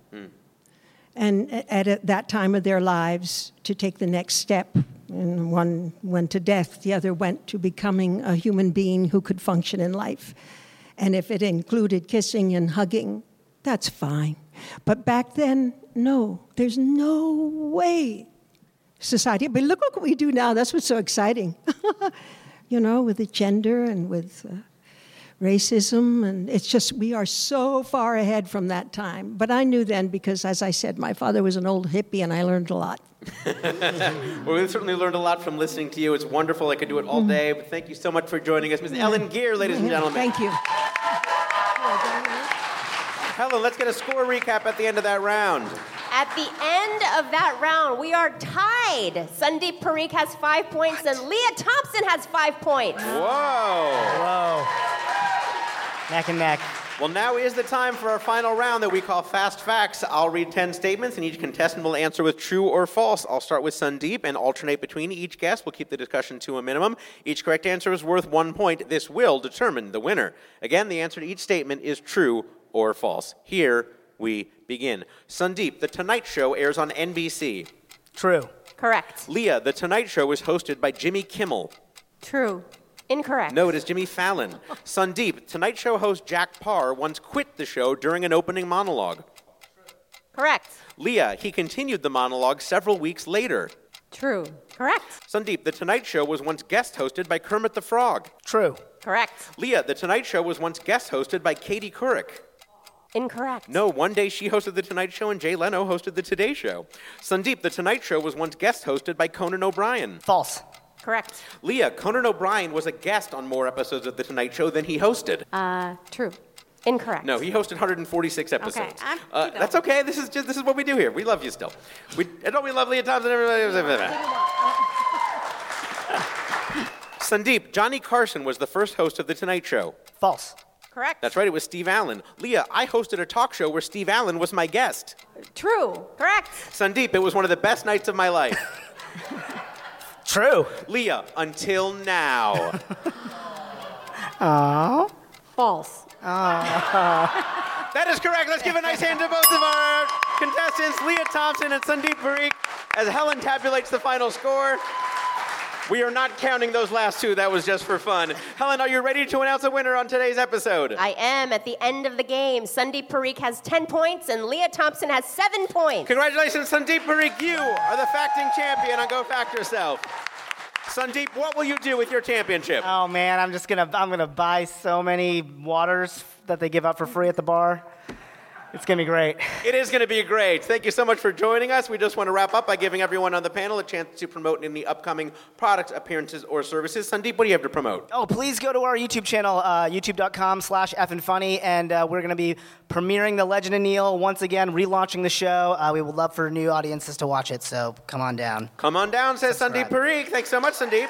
Speaker 13: And a- at a- that time of their lives, to take the next step, and one went to death, the other went to becoming a human being who could function in life. And if it included kissing and hugging, that's fine. But back then, no, there's no way society. But look, look what we do now. That's what's so exciting. you know, with the gender and with uh, racism. And it's just, we are so far ahead from that time. But I knew then because, as I said, my father was an old hippie and I learned a lot.
Speaker 2: well, we've certainly learned a lot from listening to you. It's wonderful. I could do it
Speaker 13: Mm-hmm.
Speaker 2: all day. But thank you so much for joining us, Miss Ellen Gear, ladies and gentlemen.
Speaker 13: Thank you.
Speaker 2: Helen, let's get a score recap at the end of that round.
Speaker 1: At the end of that round, we are tied. Sandeep Parikh has five points, and Leah Thompson has five points.
Speaker 2: Whoa.
Speaker 3: Whoa. Neck and neck.
Speaker 2: Well, now is the time for our final round that we call Fast Facts. I'll read 10 statements, and each contestant will answer with true or false. I'll start with Sundeep and alternate between each guest. We'll keep the discussion to a minimum. Each correct answer is worth one point. This will determine the winner. Again, the answer to each statement is true or false. Here we begin. Sundeep, The Tonight Show airs on NBC.
Speaker 3: True.
Speaker 1: Correct.
Speaker 2: Leah, The Tonight Show is hosted by Jimmy Kimmel.
Speaker 1: True. Incorrect.
Speaker 2: No, it is Jimmy Fallon. Sundeep, Tonight Show host Jack Parr once quit the show during an opening monologue.
Speaker 1: Correct.
Speaker 2: Leah, he continued the monologue several weeks later.
Speaker 1: True. Correct.
Speaker 2: Sundeep, The Tonight Show was once guest hosted by Kermit the Frog.
Speaker 3: True.
Speaker 1: Correct.
Speaker 2: Leah, The Tonight Show was once guest hosted by Katie Couric.
Speaker 1: Incorrect.
Speaker 2: No, one day she hosted The Tonight Show and Jay Leno hosted The Today Show. Sundeep, The Tonight Show was once guest hosted by Conan O'Brien.
Speaker 3: False.
Speaker 1: Correct.
Speaker 2: Leah, Conan O'Brien was a guest on more episodes of The Tonight Show than he hosted.
Speaker 1: Uh, true. Incorrect.
Speaker 2: No, he hosted 146 episodes.
Speaker 1: I'm-
Speaker 2: Uh, that's okay. This is just this is what we do here. We love you still. We and don't we love Leah Thompson? Everybody. Sandeep, Johnny Carson was the first host of The Tonight Show.
Speaker 3: False.
Speaker 1: Correct.
Speaker 2: That's right, it was Steve Allen. Leah, I hosted a talk show where Steve Allen was my guest.
Speaker 1: True. Correct.
Speaker 2: Sandeep, it was one of the best nights of my life.
Speaker 3: True.
Speaker 2: Leah, until now.
Speaker 3: Oh.
Speaker 1: False.
Speaker 2: That is correct. Let's give a nice hand to both of our contestants, Leah Thompson and Sandeep Parikh, as Helen tabulates the final score. We are not counting those last two. That was just for fun. Helen, are you ready to announce a winner on today's episode?
Speaker 1: I am at the end of the game. Sandeep Parikh has 10 points, and Leah Thompson has 7 points.
Speaker 2: Congratulations, Sandeep Parikh. You are the facting champion on Go Fact Yourself. Sandeep, what will you do with your championship?
Speaker 3: Oh man, I'm just gonna I'm gonna buy so many waters that they give out for free at the bar. It's gonna be great.
Speaker 2: It is going to be great. Thank you so much for joining us. We just want to wrap up by giving everyone on the panel a chance to promote any upcoming products, appearances, or services. Sandeep, what do you have to promote?
Speaker 3: Oh, please go to our YouTube channel, uh, youtube.com slash funny, and uh, we're going to be premiering The Legend of Neil once again, relaunching the show. Uh, we would love for new audiences to watch it, so come on down.
Speaker 2: Come on down, says Sandeep Parikh. Thanks so much, Sandeep.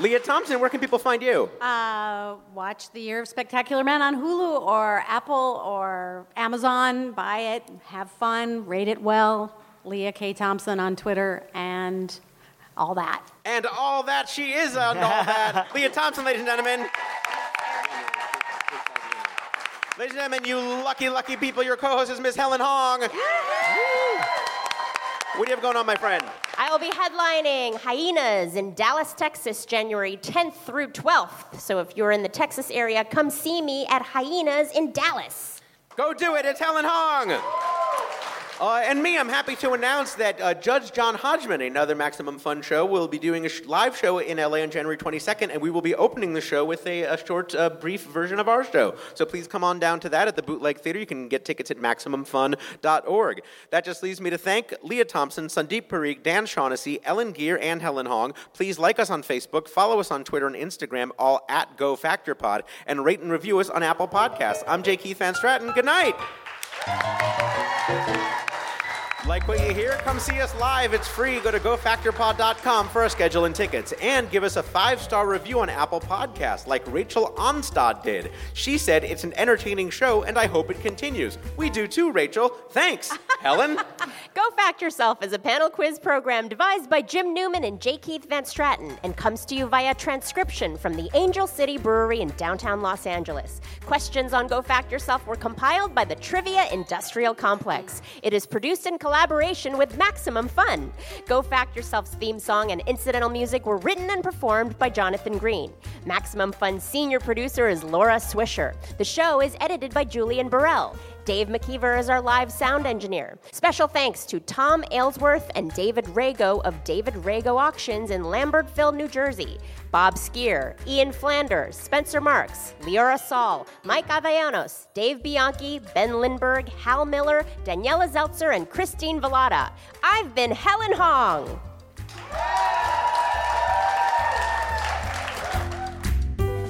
Speaker 2: Leah Thompson, where can people find you?
Speaker 4: Uh, watch The Year of Spectacular Men on Hulu or Apple or Amazon. Buy it, have fun, rate it well. Leah K. Thompson on Twitter and all that.
Speaker 2: And all that she is on all that. Leah Thompson, ladies and gentlemen. Ladies and gentlemen, you lucky, lucky people, your co-host is Miss Helen Hong. Woo. What do you have going on, my friend?
Speaker 1: I will be headlining Hyenas in Dallas, Texas, January 10th through 12th. So if you're in the Texas area, come see me at Hyenas in Dallas.
Speaker 2: Go do it. It's Helen Hong. Uh, and me, I'm happy to announce that uh, Judge John Hodgman, another Maximum Fun show, will be doing a sh- live show in LA on January 22nd, and we will be opening the show with a, a short, uh, brief version of our show. So please come on down to that at the Bootleg Theater. You can get tickets at MaximumFun.org. That just leaves me to thank Leah Thompson, Sandeep Parikh, Dan Shaughnessy, Ellen Gear, and Helen Hong. Please like us on Facebook, follow us on Twitter and Instagram, all at GoFactorPod, and rate and review us on Apple Podcasts. I'm J. Keith Van Stratton. Good night. Like what you hear? Come see us live. It's free. Go to gofactorpod.com for our schedule and tickets. And give us a five star review on Apple Podcasts, like Rachel Onstad did. She said, It's an entertaining show, and I hope it continues. We do too, Rachel. Thanks, Helen.
Speaker 1: Go Fact Yourself is a panel quiz program devised by Jim Newman and J. Keith Van Stratton and comes to you via transcription from the Angel City Brewery in downtown Los Angeles. Questions on Go Fact Yourself were compiled by the Trivia Industrial Complex. It is produced in collaboration with Maximum Fun. Go Fact Yourself's theme song and incidental music were written and performed by Jonathan Green. Maximum Fun's senior producer is Laura Swisher. The show is edited by Julian Burrell. Dave McKeever is our live sound engineer. Special thanks to Tom Aylesworth and David Rago of David Rago Auctions in Lambertville, New Jersey. Bob Skier, Ian Flanders, Spencer Marks, Leora Saul, Mike Avellanos, Dave Bianchi, Ben Lindbergh, Hal Miller, Daniela Zeltzer, and Christine Velada. I've been Helen Hong.
Speaker 14: MaximumFun.org.